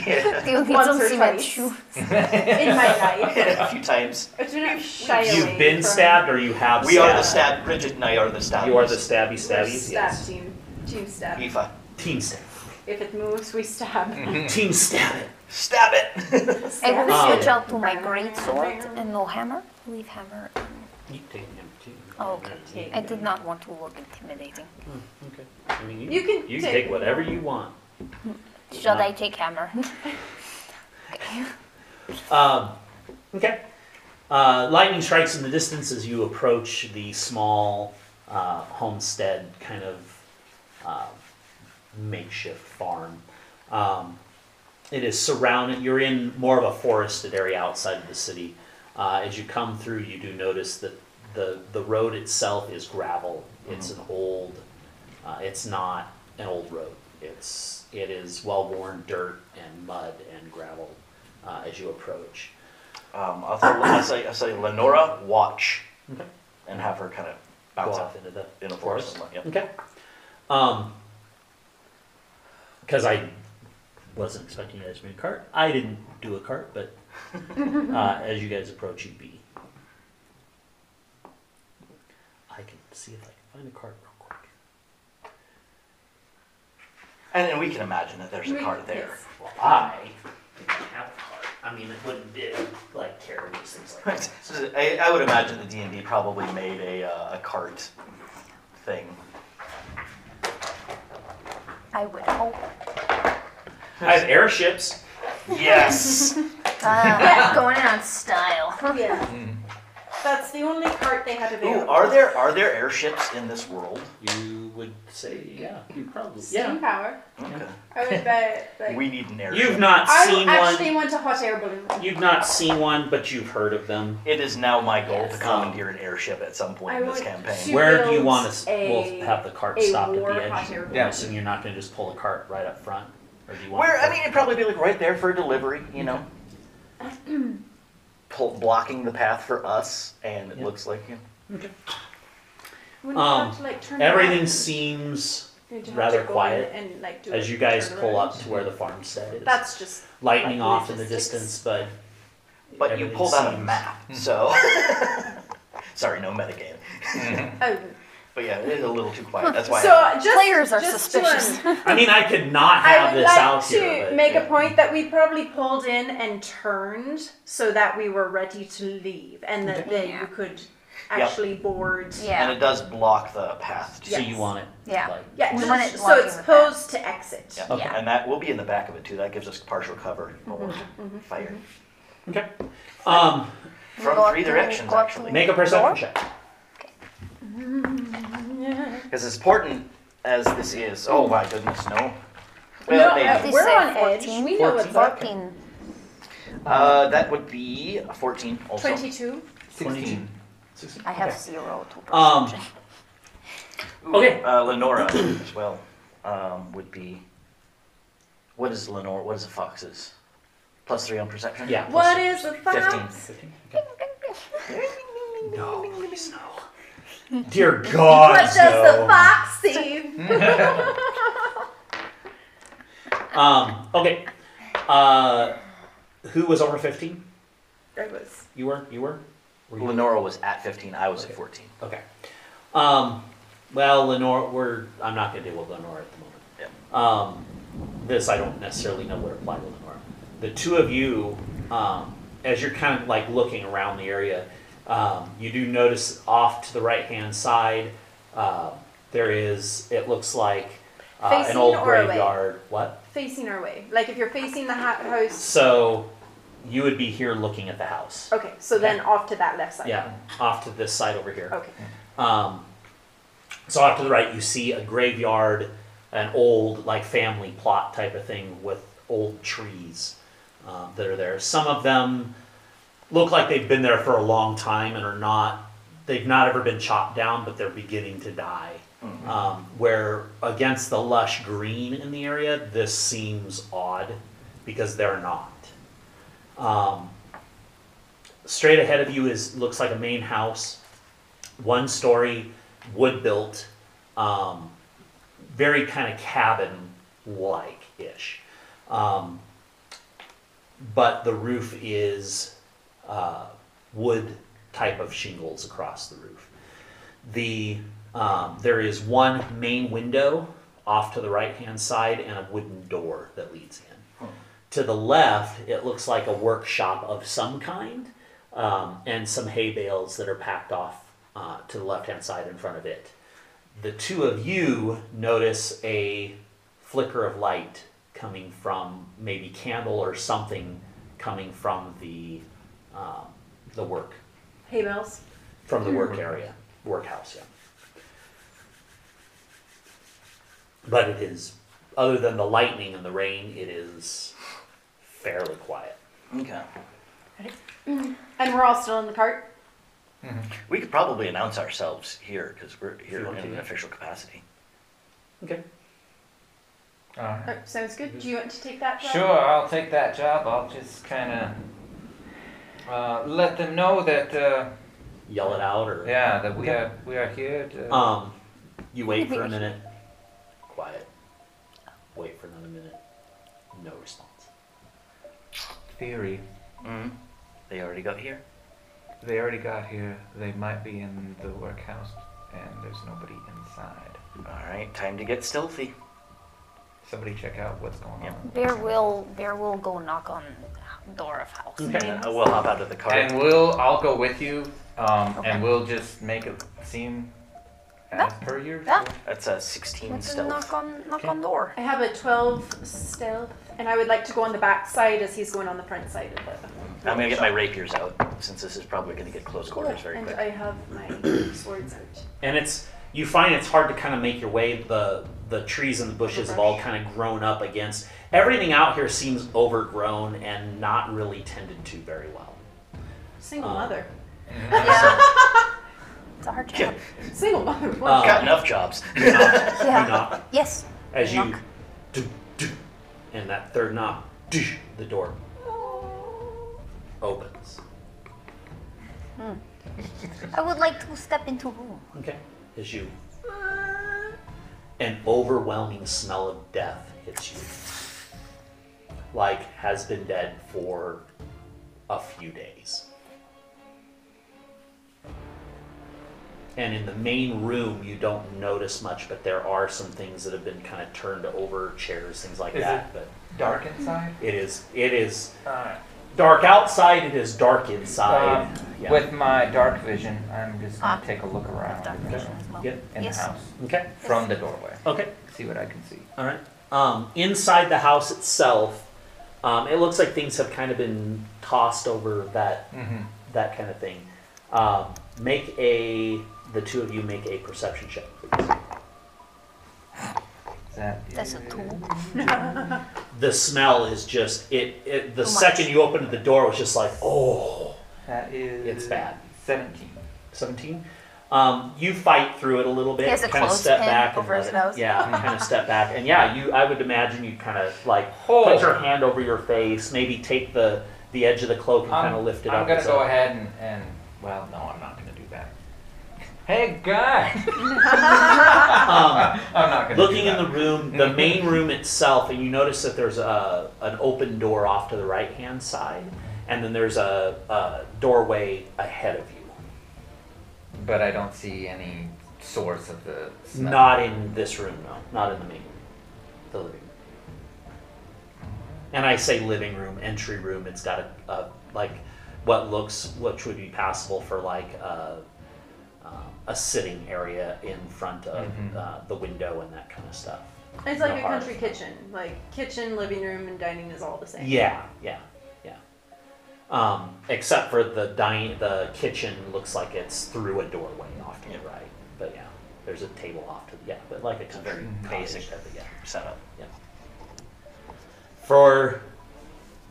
Speaker 5: stab
Speaker 4: yeah,
Speaker 3: They will get
Speaker 5: Once
Speaker 3: some
Speaker 5: or
Speaker 3: cement
Speaker 5: twice.
Speaker 3: shoe.
Speaker 5: in my life.
Speaker 4: a few times.
Speaker 5: I do not shy
Speaker 2: You've
Speaker 5: away
Speaker 2: been
Speaker 5: from-
Speaker 2: stabbed, or you have.
Speaker 4: We are the
Speaker 2: stabbed?
Speaker 4: stab. Bridget and I are the stab.
Speaker 2: You are the stabby stabbies.
Speaker 5: Stab
Speaker 2: Yes.
Speaker 5: team. Team stab.
Speaker 4: Eva.
Speaker 2: Team stab.
Speaker 5: If it moves, we stab.
Speaker 2: Team stab it.
Speaker 4: Stab it.
Speaker 3: I will
Speaker 2: Oh.
Speaker 3: switch out to my great sword and no hammer. Leave hammer.
Speaker 2: You take him too.
Speaker 3: Oh, okay.
Speaker 5: Take
Speaker 3: I
Speaker 5: it.
Speaker 3: did not want to look intimidating.
Speaker 2: Okay. I mean, you,
Speaker 5: You can
Speaker 2: you
Speaker 5: take-
Speaker 2: take whatever you want.
Speaker 3: Should I take hammer?
Speaker 2: Um, okay. Uh, lightning strikes in the distance as you approach the small uh, homestead kind of uh, makeshift farm. Um, it is surrounded, you're in more of a forested area outside of the city. Uh, as you come through, you do notice that the, the road itself is gravel. It's an old, uh, it's not an old road. It's, it is well worn dirt and mud and gravel uh, as you approach.
Speaker 4: Um, I'll, throw, I'll, say, I'll say Lenora, watch, and have her kind of
Speaker 2: Go
Speaker 4: bounce
Speaker 2: off
Speaker 4: off
Speaker 2: into the
Speaker 4: in a forest. Yeah.
Speaker 2: Okay. Um, because I wasn't expecting you guys to be in a cart. I didn't do a cart, but uh, as you guys approach, you'd be. I can see if I can find a cart real quick.
Speaker 4: And, and we can imagine that there's a
Speaker 5: We-
Speaker 4: cart there.
Speaker 5: yes.
Speaker 2: Well, I didn't have a cart. I mean, it wouldn't be like carry these things like
Speaker 4: Right. So I, I would imagine the D and D probably made a, uh, a cart thing.
Speaker 3: I would hope.
Speaker 2: I have airships.
Speaker 4: Yes.
Speaker 3: Ah, going in on style.
Speaker 5: Yeah. That's the only cart they had
Speaker 4: Ooh,
Speaker 5: available.
Speaker 4: are there are there airships in this world?
Speaker 2: You would say, yeah, you probably.
Speaker 5: Steam
Speaker 2: Yeah.
Speaker 5: power.
Speaker 4: Okay.
Speaker 5: I would bet. Like,
Speaker 4: We need an airship.
Speaker 2: You've not
Speaker 5: I
Speaker 2: seen one.
Speaker 5: actually want a hot air balloon.
Speaker 2: You've not seen one, but you've heard of them.
Speaker 4: It is now my goal to
Speaker 5: Yes.
Speaker 4: commandeer an airship at some point
Speaker 5: I
Speaker 4: in this
Speaker 5: would
Speaker 4: campaign.
Speaker 5: shoot- To
Speaker 2: Where do you
Speaker 5: build
Speaker 2: want to?
Speaker 5: a-
Speaker 2: we'll have the cart
Speaker 5: a
Speaker 2: stopped at
Speaker 5: war
Speaker 2: the edge.
Speaker 5: hunter.
Speaker 6: Yeah.
Speaker 2: I'm assuming you're not going to just pull a cart right up front, or do you want?
Speaker 4: Where
Speaker 2: to-
Speaker 4: I mean, it'd probably be like right there for delivery, you know. Pull, blocking the path for us, and it
Speaker 2: Yeah.
Speaker 4: looks like you
Speaker 5: Wouldn't you
Speaker 2: Um,
Speaker 5: have to, like, turn
Speaker 2: everything
Speaker 5: around?
Speaker 2: seems
Speaker 5: You'd have
Speaker 2: rather
Speaker 5: to go
Speaker 2: quiet
Speaker 5: in and, like, do
Speaker 2: as
Speaker 5: a
Speaker 2: you guys
Speaker 5: turn
Speaker 2: pull
Speaker 5: around.
Speaker 2: up to where the farmstead is.
Speaker 5: That's just
Speaker 2: lightning
Speaker 5: like
Speaker 2: off in the
Speaker 5: logistics.
Speaker 2: distance, but
Speaker 4: But you
Speaker 2: Everything
Speaker 4: pulled out a
Speaker 2: seems-
Speaker 4: map, so. Sorry, no metagame.
Speaker 5: Oh.
Speaker 4: But yeah, it is a little too quiet. That's why.
Speaker 5: So just,
Speaker 3: Players are
Speaker 5: just
Speaker 3: suspicious.
Speaker 5: To, um,
Speaker 2: I mean, I could not have
Speaker 5: I would
Speaker 2: this
Speaker 5: like
Speaker 2: out
Speaker 5: to
Speaker 2: here. but-
Speaker 5: make
Speaker 2: yeah.
Speaker 5: a point that we probably pulled in and turned so that we were ready to leave, and that then
Speaker 3: Yeah.
Speaker 5: you could actually board.
Speaker 4: and it
Speaker 3: Yeah.
Speaker 4: does block the path. To,
Speaker 2: So
Speaker 5: Yes.
Speaker 2: you want it?
Speaker 3: Yeah.
Speaker 2: like-
Speaker 5: Yeah,
Speaker 3: We
Speaker 5: just-
Speaker 3: want it
Speaker 5: so it's
Speaker 3: blocking the path.
Speaker 5: posed to exit.
Speaker 4: yeah.
Speaker 2: Okay.
Speaker 4: And that will be in the back of it too. That gives us partial cover or fire
Speaker 2: Okay. Um,
Speaker 4: from
Speaker 3: Got
Speaker 4: three
Speaker 3: to-
Speaker 4: directions
Speaker 3: got to-
Speaker 4: actually.
Speaker 2: make a perception check.
Speaker 4: Because as important as this is, oh my goodness, no.
Speaker 5: No,
Speaker 4: Well,
Speaker 5: uh,
Speaker 4: maybe.
Speaker 3: They
Speaker 5: we're
Speaker 3: say
Speaker 5: on edge.
Speaker 3: 14.
Speaker 5: We know what's up.
Speaker 3: 14.
Speaker 4: Uh, that would be 14 also.
Speaker 5: 22.
Speaker 6: 16.
Speaker 3: I have zero to
Speaker 2: Um,
Speaker 3: perception.
Speaker 4: Ooh,
Speaker 2: Okay.
Speaker 4: Uh, Lenora as well um, would be. What is Lenora? What is a fox's? Plus three on perception?
Speaker 2: Yeah.
Speaker 5: What is the fox?
Speaker 4: 15.
Speaker 2: No, please no. Dear God,
Speaker 5: What does the fox see?
Speaker 2: Um, okay. Uh, who was over 15?
Speaker 5: I was.
Speaker 2: You were? You were? Were you-
Speaker 4: Lenora was at 15, I was at 14.
Speaker 2: Okay. Um, well, Lenore, we're, I'm not going to deal with Lenore at the moment.
Speaker 4: Yeah.
Speaker 2: Um, this, I don't necessarily know would apply to Lenore. The two of you, um, as you're kind of like looking around the area, um, you do notice off to the right hand side, uh, there is, it looks like uh, an
Speaker 5: Facing
Speaker 2: old
Speaker 5: or away?
Speaker 2: graveyard. What?
Speaker 5: Facing our way. Like if you're facing the ha- house.
Speaker 2: So you would be here looking at the house.
Speaker 5: Okay, so then off to that left side.
Speaker 2: Yeah, off to this side over here.
Speaker 5: Okay.
Speaker 2: Um, so off to the right, you see a graveyard, an old like family plot type of thing with old trees uh, that are there. Some of them look like they've been there for a long time and are not. They've not ever been chopped down, but they're beginning to die. Um, where against the lush green in the area, this seems odd because they're not. Um, straight ahead of you is looks like a main house one story, wood built, um, very kind of cabin like ish. Um, but the roof is uh, wood type of shingles across the roof. The um, there is one main window off to the right hand side and a wooden door that leads in. To the left, it looks like a workshop of some kind, um, and some hay bales that are packed off uh, to the left hand side in front of it. The two of you notice a flicker of light coming from maybe candle or something coming from the um, the work
Speaker 5: Hay bales.
Speaker 2: from the work area, workhouse. Yeah. But it is, other than the lightning and the rain, it is fairly quiet.
Speaker 4: Okay.
Speaker 5: And we're all still in the cart.
Speaker 4: We could probably announce ourselves here because we're here
Speaker 2: you want
Speaker 4: in
Speaker 2: to.
Speaker 4: an official capacity.
Speaker 2: Okay.
Speaker 6: Alright.
Speaker 5: Oh, sounds good. Do you want to take that? Rob?
Speaker 6: Sure, I'll take that job. I'll just kind of uh, let them know that uh,
Speaker 2: Yell it out, or
Speaker 6: yeah that we are we are here. To,
Speaker 4: Uh.
Speaker 2: Um, you wait for a minute. Quiet. Wait for another minute. No response.
Speaker 6: theory,
Speaker 4: Mm. They already got here.
Speaker 6: they already got here. They might be in the workhouse, and there's nobody inside.
Speaker 4: All right, time to get stealthy.
Speaker 6: Somebody check out what's going
Speaker 4: Yep.
Speaker 6: on.
Speaker 3: Bear will Bear will go knock on the door of house.
Speaker 4: And I will hop out of the car.
Speaker 6: And we'll I'll go with you, um, and we'll just make it seem as per your.
Speaker 3: Yeah.
Speaker 4: That's a 16
Speaker 3: Let's
Speaker 4: stealth.
Speaker 3: knock on knock
Speaker 6: Okay.
Speaker 3: on door.
Speaker 5: I have a 12 stealth, and I would like to go on the back side as he's going on the front side of the.
Speaker 4: I'm gonna get my rapiers out since this is probably gonna get close quarters very
Speaker 5: and
Speaker 4: quick.
Speaker 5: I have my swords out.
Speaker 2: and it's you find it's hard to kind of make your way the the trees and the bushes have all kind of grown up against everything out here seems overgrown and not really tended to very well
Speaker 5: Single
Speaker 2: Um,
Speaker 5: mother.
Speaker 3: It's our job.
Speaker 4: Yeah,
Speaker 5: Single mother. What?
Speaker 2: Um,
Speaker 4: got enough jobs.
Speaker 2: you knock, you
Speaker 3: Yeah.
Speaker 2: knock
Speaker 3: Yes.
Speaker 2: as you
Speaker 3: Knock.
Speaker 2: do, do, and that third knock do, the door opens
Speaker 3: I would like to step into room.
Speaker 2: okay as you an overwhelming smell of death hits you like has been dead for a few days and in the main room you don't notice much but there are some things that have been kind of turned over chairs things like
Speaker 6: Is
Speaker 2: that
Speaker 6: Dark inside.
Speaker 2: but it is it is
Speaker 6: Alright.
Speaker 2: dark outside it is dark inside
Speaker 6: Um,
Speaker 2: yeah.
Speaker 6: With my dark vision, I'm just gonna
Speaker 3: Ah.
Speaker 6: take a look around
Speaker 3: Dark
Speaker 6: in the,
Speaker 3: vision as well.
Speaker 2: Yeah.
Speaker 6: in the
Speaker 3: Yes.
Speaker 6: house
Speaker 2: okay
Speaker 6: from the doorway.
Speaker 2: okay
Speaker 6: See what I can see.
Speaker 2: All right. Um, inside the house itself, um, it looks like things have kind of been tossed over that
Speaker 6: Mm-hmm.
Speaker 2: that kind of thing. Um, make a the two of you make a perception check, please.
Speaker 6: That
Speaker 3: That's a tool.
Speaker 2: The smell is just it. it the
Speaker 3: Too much.
Speaker 2: second you opened the door, it was just like, oh,
Speaker 6: That is.
Speaker 2: It's bad.
Speaker 6: Seventeen.
Speaker 2: seventeen. Um, you fight through it a little bit.
Speaker 3: He has a
Speaker 2: kind of step
Speaker 3: clothespin
Speaker 2: back and
Speaker 3: over his
Speaker 2: let it-
Speaker 3: nose.
Speaker 2: Yeah, kind of step back, and yeah, you. I would imagine you kind of like
Speaker 6: Oh.
Speaker 2: put your hand over your face, maybe take the the edge of the cloak and kind of lift it
Speaker 6: Um, I'm
Speaker 2: up.
Speaker 6: gonna
Speaker 2: as
Speaker 6: go
Speaker 2: a-
Speaker 6: ahead and, and well, no, I'm not gonna do that. Hey, guy.
Speaker 2: Um,
Speaker 6: I'm not gonna.
Speaker 2: Looking
Speaker 6: do
Speaker 2: in
Speaker 6: that.
Speaker 2: the room, the main room itself, and you notice that there's a, an open door off to the right hand side, and then there's a, a doorway ahead of you.
Speaker 6: But I don't see any source of the smell.
Speaker 2: Not in this room, no. Not in the main room. The living room. And I say living room, entry room. It's got a, a like what looks, which would be passable for like a, um, a sitting area in front of
Speaker 6: Mhm.
Speaker 2: uh, the window and that kind of stuff.
Speaker 5: It's like
Speaker 2: No
Speaker 5: a
Speaker 2: heart.
Speaker 5: country kitchen. Like kitchen, living room, and dining is all the same.
Speaker 2: Yeah, yeah, yeah. Um, except for the dining, the kitchen looks like it's through a doorway off to the right. But yeah, there's a table off to the yeah, but like a country
Speaker 4: very
Speaker 2: cottage
Speaker 4: basic.
Speaker 2: type of- yeah.
Speaker 4: setup.
Speaker 2: For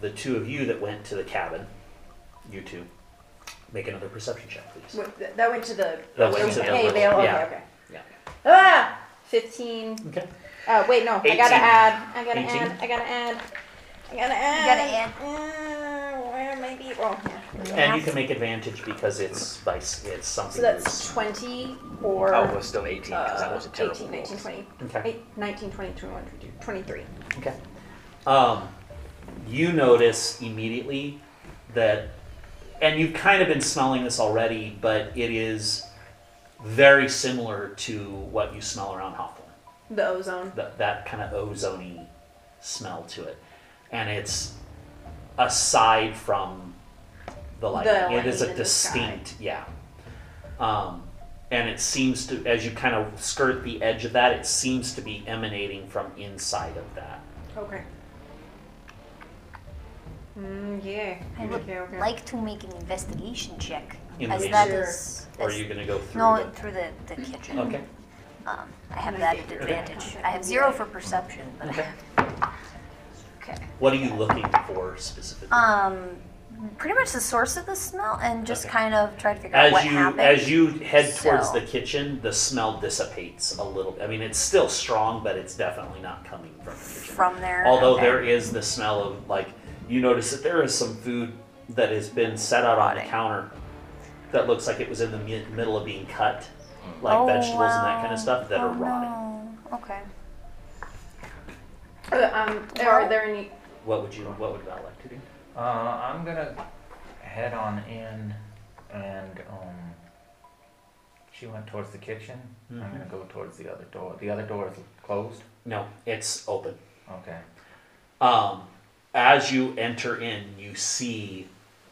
Speaker 2: the two of you that went to the cabin, you two, make another perception check, please.
Speaker 5: Wait, th- That went to the.
Speaker 2: That went to the
Speaker 5: okay,
Speaker 2: little-
Speaker 5: they all-
Speaker 2: yeah.
Speaker 5: okay,
Speaker 2: Yeah.
Speaker 5: okay. Ah, fifteen.
Speaker 2: Okay.
Speaker 5: Oh wait, no. I
Speaker 2: 18.
Speaker 5: gotta add. I gotta
Speaker 2: 18.
Speaker 5: add. I gotta add. I gotta add.
Speaker 3: add.
Speaker 5: Uh, where maybe? Well, yeah.
Speaker 2: And you can make advantage because it's by s- it's something.
Speaker 5: So that's
Speaker 2: that's-
Speaker 5: twenty or.
Speaker 4: Oh, it was still 18 because that
Speaker 5: uh,
Speaker 4: was a terrible
Speaker 5: 18, 19, 20,
Speaker 2: okay.
Speaker 5: eight- 19, 20, 21, 22, 23.
Speaker 2: Okay. Um, you notice immediately that, and you've kind of been smelling this already, but it is very similar to what you smell around Hawthorne.
Speaker 5: The ozone.
Speaker 2: That, that kind of ozony smell to it. And it's aside from the lighting, it is
Speaker 5: lightning
Speaker 2: a
Speaker 5: in the sky.
Speaker 2: distinct, yeah. Um, and it seems to, as you kind of skirt the edge of that, it seems to be emanating from inside of that.
Speaker 5: Okay. Mm, yeah.
Speaker 3: I would
Speaker 5: okay, okay.
Speaker 3: like to make an investigation check.
Speaker 2: In
Speaker 3: as
Speaker 2: the
Speaker 3: that
Speaker 2: basement?
Speaker 3: is.
Speaker 2: Or are
Speaker 3: that's-
Speaker 2: you gonna go through?
Speaker 3: No,
Speaker 2: the-
Speaker 3: through the, the kitchen.
Speaker 2: Okay,
Speaker 3: Um, I have
Speaker 5: I
Speaker 3: that
Speaker 5: think
Speaker 3: at
Speaker 5: you're
Speaker 3: advantage.
Speaker 5: right.
Speaker 3: I have zero for perception, but I
Speaker 2: Okay.
Speaker 3: have. Okay.
Speaker 2: what are you looking for specifically?
Speaker 3: Um, pretty much the source of the smell and just
Speaker 2: Okay.
Speaker 3: kind of try to figure out
Speaker 2: As
Speaker 3: what
Speaker 2: you,
Speaker 3: happened.
Speaker 2: as you head towards
Speaker 3: So-
Speaker 2: the kitchen, the smell dissipates a little, I mean, it's still strong, but it's definitely not coming from the kitchen.
Speaker 3: from there.
Speaker 2: Although
Speaker 3: okay.
Speaker 2: there is the smell of, like, you notice that there is some food that has been set out on the
Speaker 3: Rotting.
Speaker 2: counter that looks like it was in the mi- middle of being cut, like
Speaker 3: Oh,
Speaker 2: vegetables and that kind of
Speaker 3: wow.
Speaker 2: stuff that
Speaker 3: oh,
Speaker 2: are rotting.
Speaker 3: No. Okay.
Speaker 5: Uh, um, are there any?
Speaker 2: What would you, what would Val like to do?
Speaker 6: Uh, I'm gonna head on in, and um, she went towards the kitchen. I'm
Speaker 2: Mm-hmm.
Speaker 6: gonna go towards the other door. The other door is closed.
Speaker 2: No, it's open.
Speaker 6: Okay.
Speaker 2: um, as you enter in, you see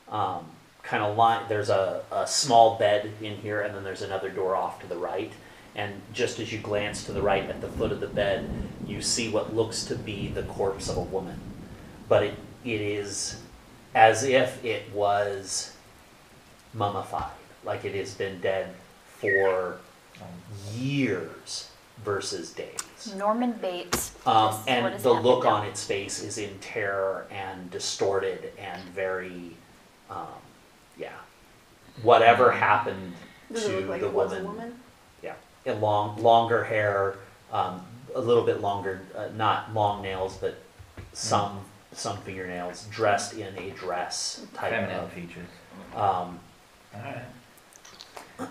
Speaker 2: um, kind of line. There's a, a small bed in here, and then there's another door off to the right. And just as you glance to the right at the foot of the bed, you see what looks to be the corpse of a woman. But it, it is as if it was mummified, like it has been dead for years versus days.
Speaker 3: Norman Bates.
Speaker 2: Um,
Speaker 3: This is what
Speaker 2: and
Speaker 3: has
Speaker 2: the
Speaker 3: happened
Speaker 2: look
Speaker 3: now.
Speaker 2: on its face is in terror and distorted and very, um, yeah. Whatever happened
Speaker 5: Does it
Speaker 2: to
Speaker 5: look like
Speaker 2: the
Speaker 5: it was
Speaker 2: woman,
Speaker 5: a woman?
Speaker 2: yeah, and long, longer hair, um, a little bit longer, uh, not long nails, but some some fingernails, dressed in a dress type
Speaker 6: Feminine
Speaker 2: of,
Speaker 6: features.
Speaker 2: um,
Speaker 6: All right.
Speaker 5: All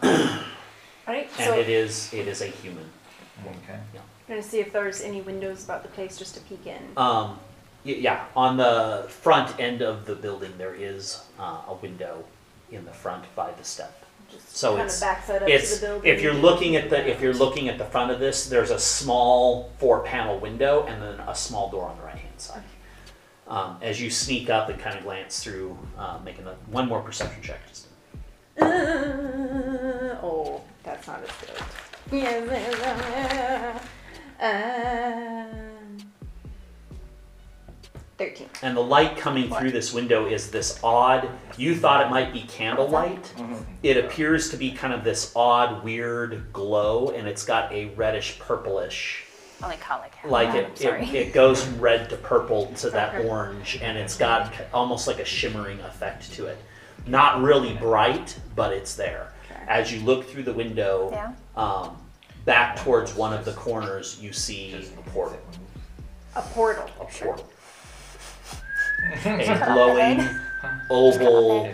Speaker 5: right.
Speaker 2: and
Speaker 5: So
Speaker 2: it is it is a human.
Speaker 6: Okay.
Speaker 5: I'm gonna see if there's any windows about the place just to peek in.
Speaker 2: Um, y- yeah, on the front end of the building, there is uh, a window in the front by the step.
Speaker 5: Just
Speaker 2: so
Speaker 5: kind
Speaker 2: it's-
Speaker 5: of backside up to
Speaker 2: It's
Speaker 5: the building.
Speaker 2: if you're looking at the if you're looking at the front of this, there's a small four panel window and then a small door on the right hand side. Um, as you sneak up and kind of glance through, uh, making the, one more perception check. Just
Speaker 5: Uh, oh, that's not as good. Yeah, um, Thirteen.
Speaker 2: And the light coming through this window is this odd, you thought it might be candlelight. It appears to be kind of this odd, weird glow, and it's got a reddish purplish
Speaker 3: Oh, they call it.
Speaker 2: like
Speaker 3: I'm
Speaker 2: it,
Speaker 3: Sorry.
Speaker 2: it, it goes from red to purple to that
Speaker 5: Okay.
Speaker 2: orange and it's got almost like a shimmering effect to it not really bright but it's there
Speaker 5: Okay.
Speaker 2: as you look through the window
Speaker 3: Yeah.
Speaker 2: um, back towards one of the corners you see a portal
Speaker 5: A portal.
Speaker 2: a portal a glowing oval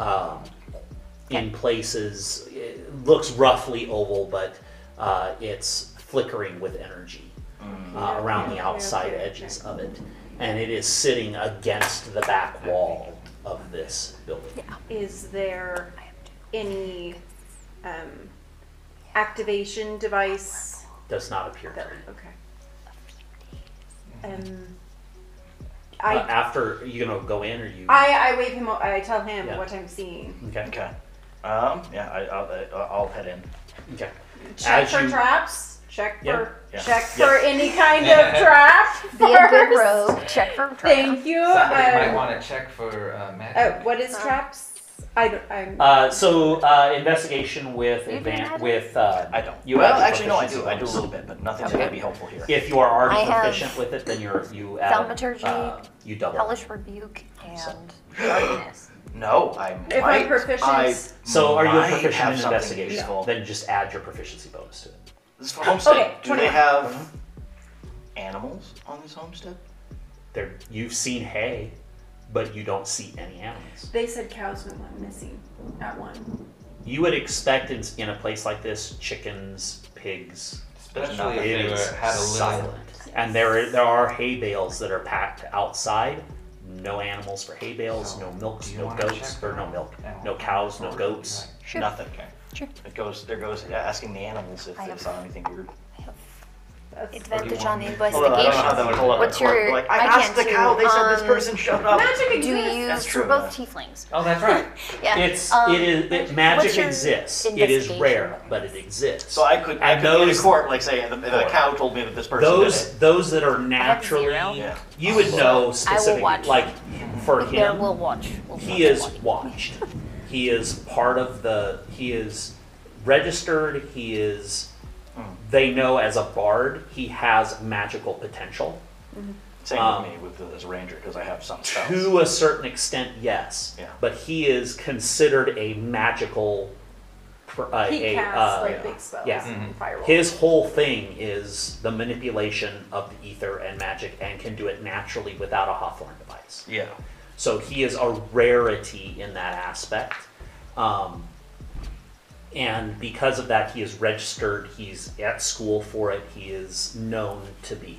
Speaker 2: um, in places it looks roughly oval but uh, it's flickering with energy
Speaker 4: Mm.
Speaker 2: uh, around the
Speaker 5: Yeah, yeah,
Speaker 2: outside
Speaker 5: okay,
Speaker 2: edges of it and it is sitting against the back wall of this building
Speaker 5: Is there any um, activation device?
Speaker 2: does not appear to
Speaker 5: That,
Speaker 2: be
Speaker 5: okay. Um,
Speaker 2: uh,
Speaker 5: I,
Speaker 2: after you gonna go in or you
Speaker 5: I I wave him. o- I tell him
Speaker 2: Yeah.
Speaker 5: what I'm seeing.
Speaker 2: okay
Speaker 4: Okay. Um, yeah, I, I'll, I- I'll head in.
Speaker 2: okay
Speaker 5: Check
Speaker 2: As
Speaker 5: for
Speaker 2: you-
Speaker 5: traps. Check
Speaker 2: Yeah.
Speaker 5: for
Speaker 4: Yeah.
Speaker 5: check
Speaker 2: Yeah.
Speaker 5: for any kind of trap.
Speaker 3: Be a good
Speaker 5: first.
Speaker 3: rogue. Check for traps.
Speaker 5: Thank you.
Speaker 6: Somebody might
Speaker 5: Um,
Speaker 6: want to check for uh,
Speaker 5: oh,
Speaker 6: magic.
Speaker 5: what is
Speaker 3: Uh,
Speaker 5: traps? I don't. I'm,
Speaker 2: uh, so uh, investigation with
Speaker 3: You do
Speaker 2: advan-
Speaker 3: have-
Speaker 2: with uh,
Speaker 4: I don't.
Speaker 2: You
Speaker 4: well,
Speaker 2: have the
Speaker 4: actually, no, I
Speaker 2: proficiency
Speaker 4: do. I do a
Speaker 2: bonus.
Speaker 4: little bit, but nothing's
Speaker 3: Okay.
Speaker 4: going to be helpful here.
Speaker 2: If you are already
Speaker 3: I have
Speaker 2: proficient with it, then you're you add
Speaker 3: Thaumaturgy,
Speaker 2: uh, you double.
Speaker 3: Hellish rebuke and darkness.
Speaker 4: No, I might.
Speaker 5: If I'm proficient-
Speaker 4: I
Speaker 2: so are you
Speaker 4: might
Speaker 2: proficient
Speaker 4: have
Speaker 2: in
Speaker 4: something
Speaker 2: investigation?
Speaker 4: useful.
Speaker 2: Then just add your proficiency bonus to it.
Speaker 4: This is for homestead.
Speaker 5: Okay,
Speaker 4: do they
Speaker 5: 21.
Speaker 4: have
Speaker 2: Mm-hmm.
Speaker 4: animals on this homestead?
Speaker 2: There, you've seen hay, but you don't see any animals.
Speaker 5: they said cows went one missing at one.
Speaker 2: You would expect in, in a place like this, chickens, pigs.
Speaker 3: Oh.
Speaker 6: Especially if
Speaker 2: it
Speaker 6: they
Speaker 2: is
Speaker 6: were, had a
Speaker 2: silent,
Speaker 6: little.
Speaker 2: and there there are hay bales that are packed outside. No animals for hay bales.
Speaker 6: So,
Speaker 2: No milks.
Speaker 6: Oh. do you
Speaker 2: No
Speaker 6: wanna
Speaker 2: goats.
Speaker 6: check Oh.
Speaker 2: Or
Speaker 6: that
Speaker 2: no
Speaker 6: out?
Speaker 2: milk.
Speaker 6: Yeah.
Speaker 2: No cows. No goats.
Speaker 3: Sure.
Speaker 4: Nothing.
Speaker 3: Sure.
Speaker 4: It goes. There goes asking the animals if
Speaker 3: I
Speaker 4: they
Speaker 3: have-
Speaker 4: saw anything weird.
Speaker 5: That's-
Speaker 3: Advantage on
Speaker 4: Although I don't know how
Speaker 3: investigation.
Speaker 4: that would hold up. in
Speaker 3: What's
Speaker 4: court,
Speaker 3: your-
Speaker 4: but, Like, I,
Speaker 3: I
Speaker 4: asked
Speaker 3: can't
Speaker 4: the cow.
Speaker 3: do,
Speaker 4: They said this
Speaker 3: um,
Speaker 4: person showed up.
Speaker 5: Magic
Speaker 3: Do
Speaker 5: exists.
Speaker 3: you use
Speaker 4: That's true,
Speaker 3: for both
Speaker 4: though.
Speaker 3: tieflings?
Speaker 6: Oh, that's right.
Speaker 3: Yeah.
Speaker 2: It's
Speaker 3: um,
Speaker 2: it is it,
Speaker 3: what's
Speaker 2: magic
Speaker 3: your
Speaker 2: exists. It is
Speaker 3: investigation
Speaker 2: rare,
Speaker 3: bonus?
Speaker 2: but it exists.
Speaker 4: So I could. I
Speaker 2: And
Speaker 4: could go
Speaker 2: those-
Speaker 4: to court. Like say the, the
Speaker 2: Court.
Speaker 4: cow told me that this person
Speaker 2: those
Speaker 4: did
Speaker 2: those that are
Speaker 3: have
Speaker 2: naturally
Speaker 3: zero.
Speaker 4: Yeah.
Speaker 2: you would know specifically
Speaker 3: watch.
Speaker 2: like for
Speaker 3: Yeah,
Speaker 2: him
Speaker 3: we'll watch. We'll watch.
Speaker 2: he is watched he is part of the he is registered he is they know as a bard he has magical potential
Speaker 4: it. Same
Speaker 2: um,
Speaker 4: with me with the, this ranger because I have some spells.
Speaker 2: to a certain extent yes
Speaker 4: Yeah.
Speaker 2: but he is considered a magical pr- uh,
Speaker 5: He
Speaker 2: a,
Speaker 5: casts
Speaker 2: uh,
Speaker 5: like big spells
Speaker 2: yeah. Mm-hmm.
Speaker 5: and fireworks.
Speaker 2: His whole thing is the manipulation of the ether and magic and can do it naturally without a Hawthorne device.
Speaker 4: Yeah.
Speaker 2: So he is a rarity in that aspect. Um, and because of that, he is registered, he's at school for it, he is known to be.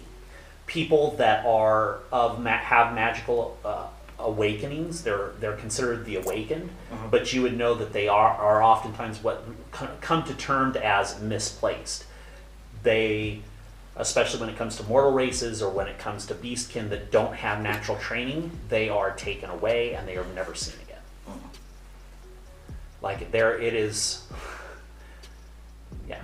Speaker 2: People that are of ma- have magical uh, awakenings, they're they're considered the awakened, but you would know that they are are oftentimes what co- come to termed as misplaced. They especially when it comes to mortal races or when it comes to beastkin that don't have natural training, they are taken away and they are never seen again. Like there, it is. Yeah,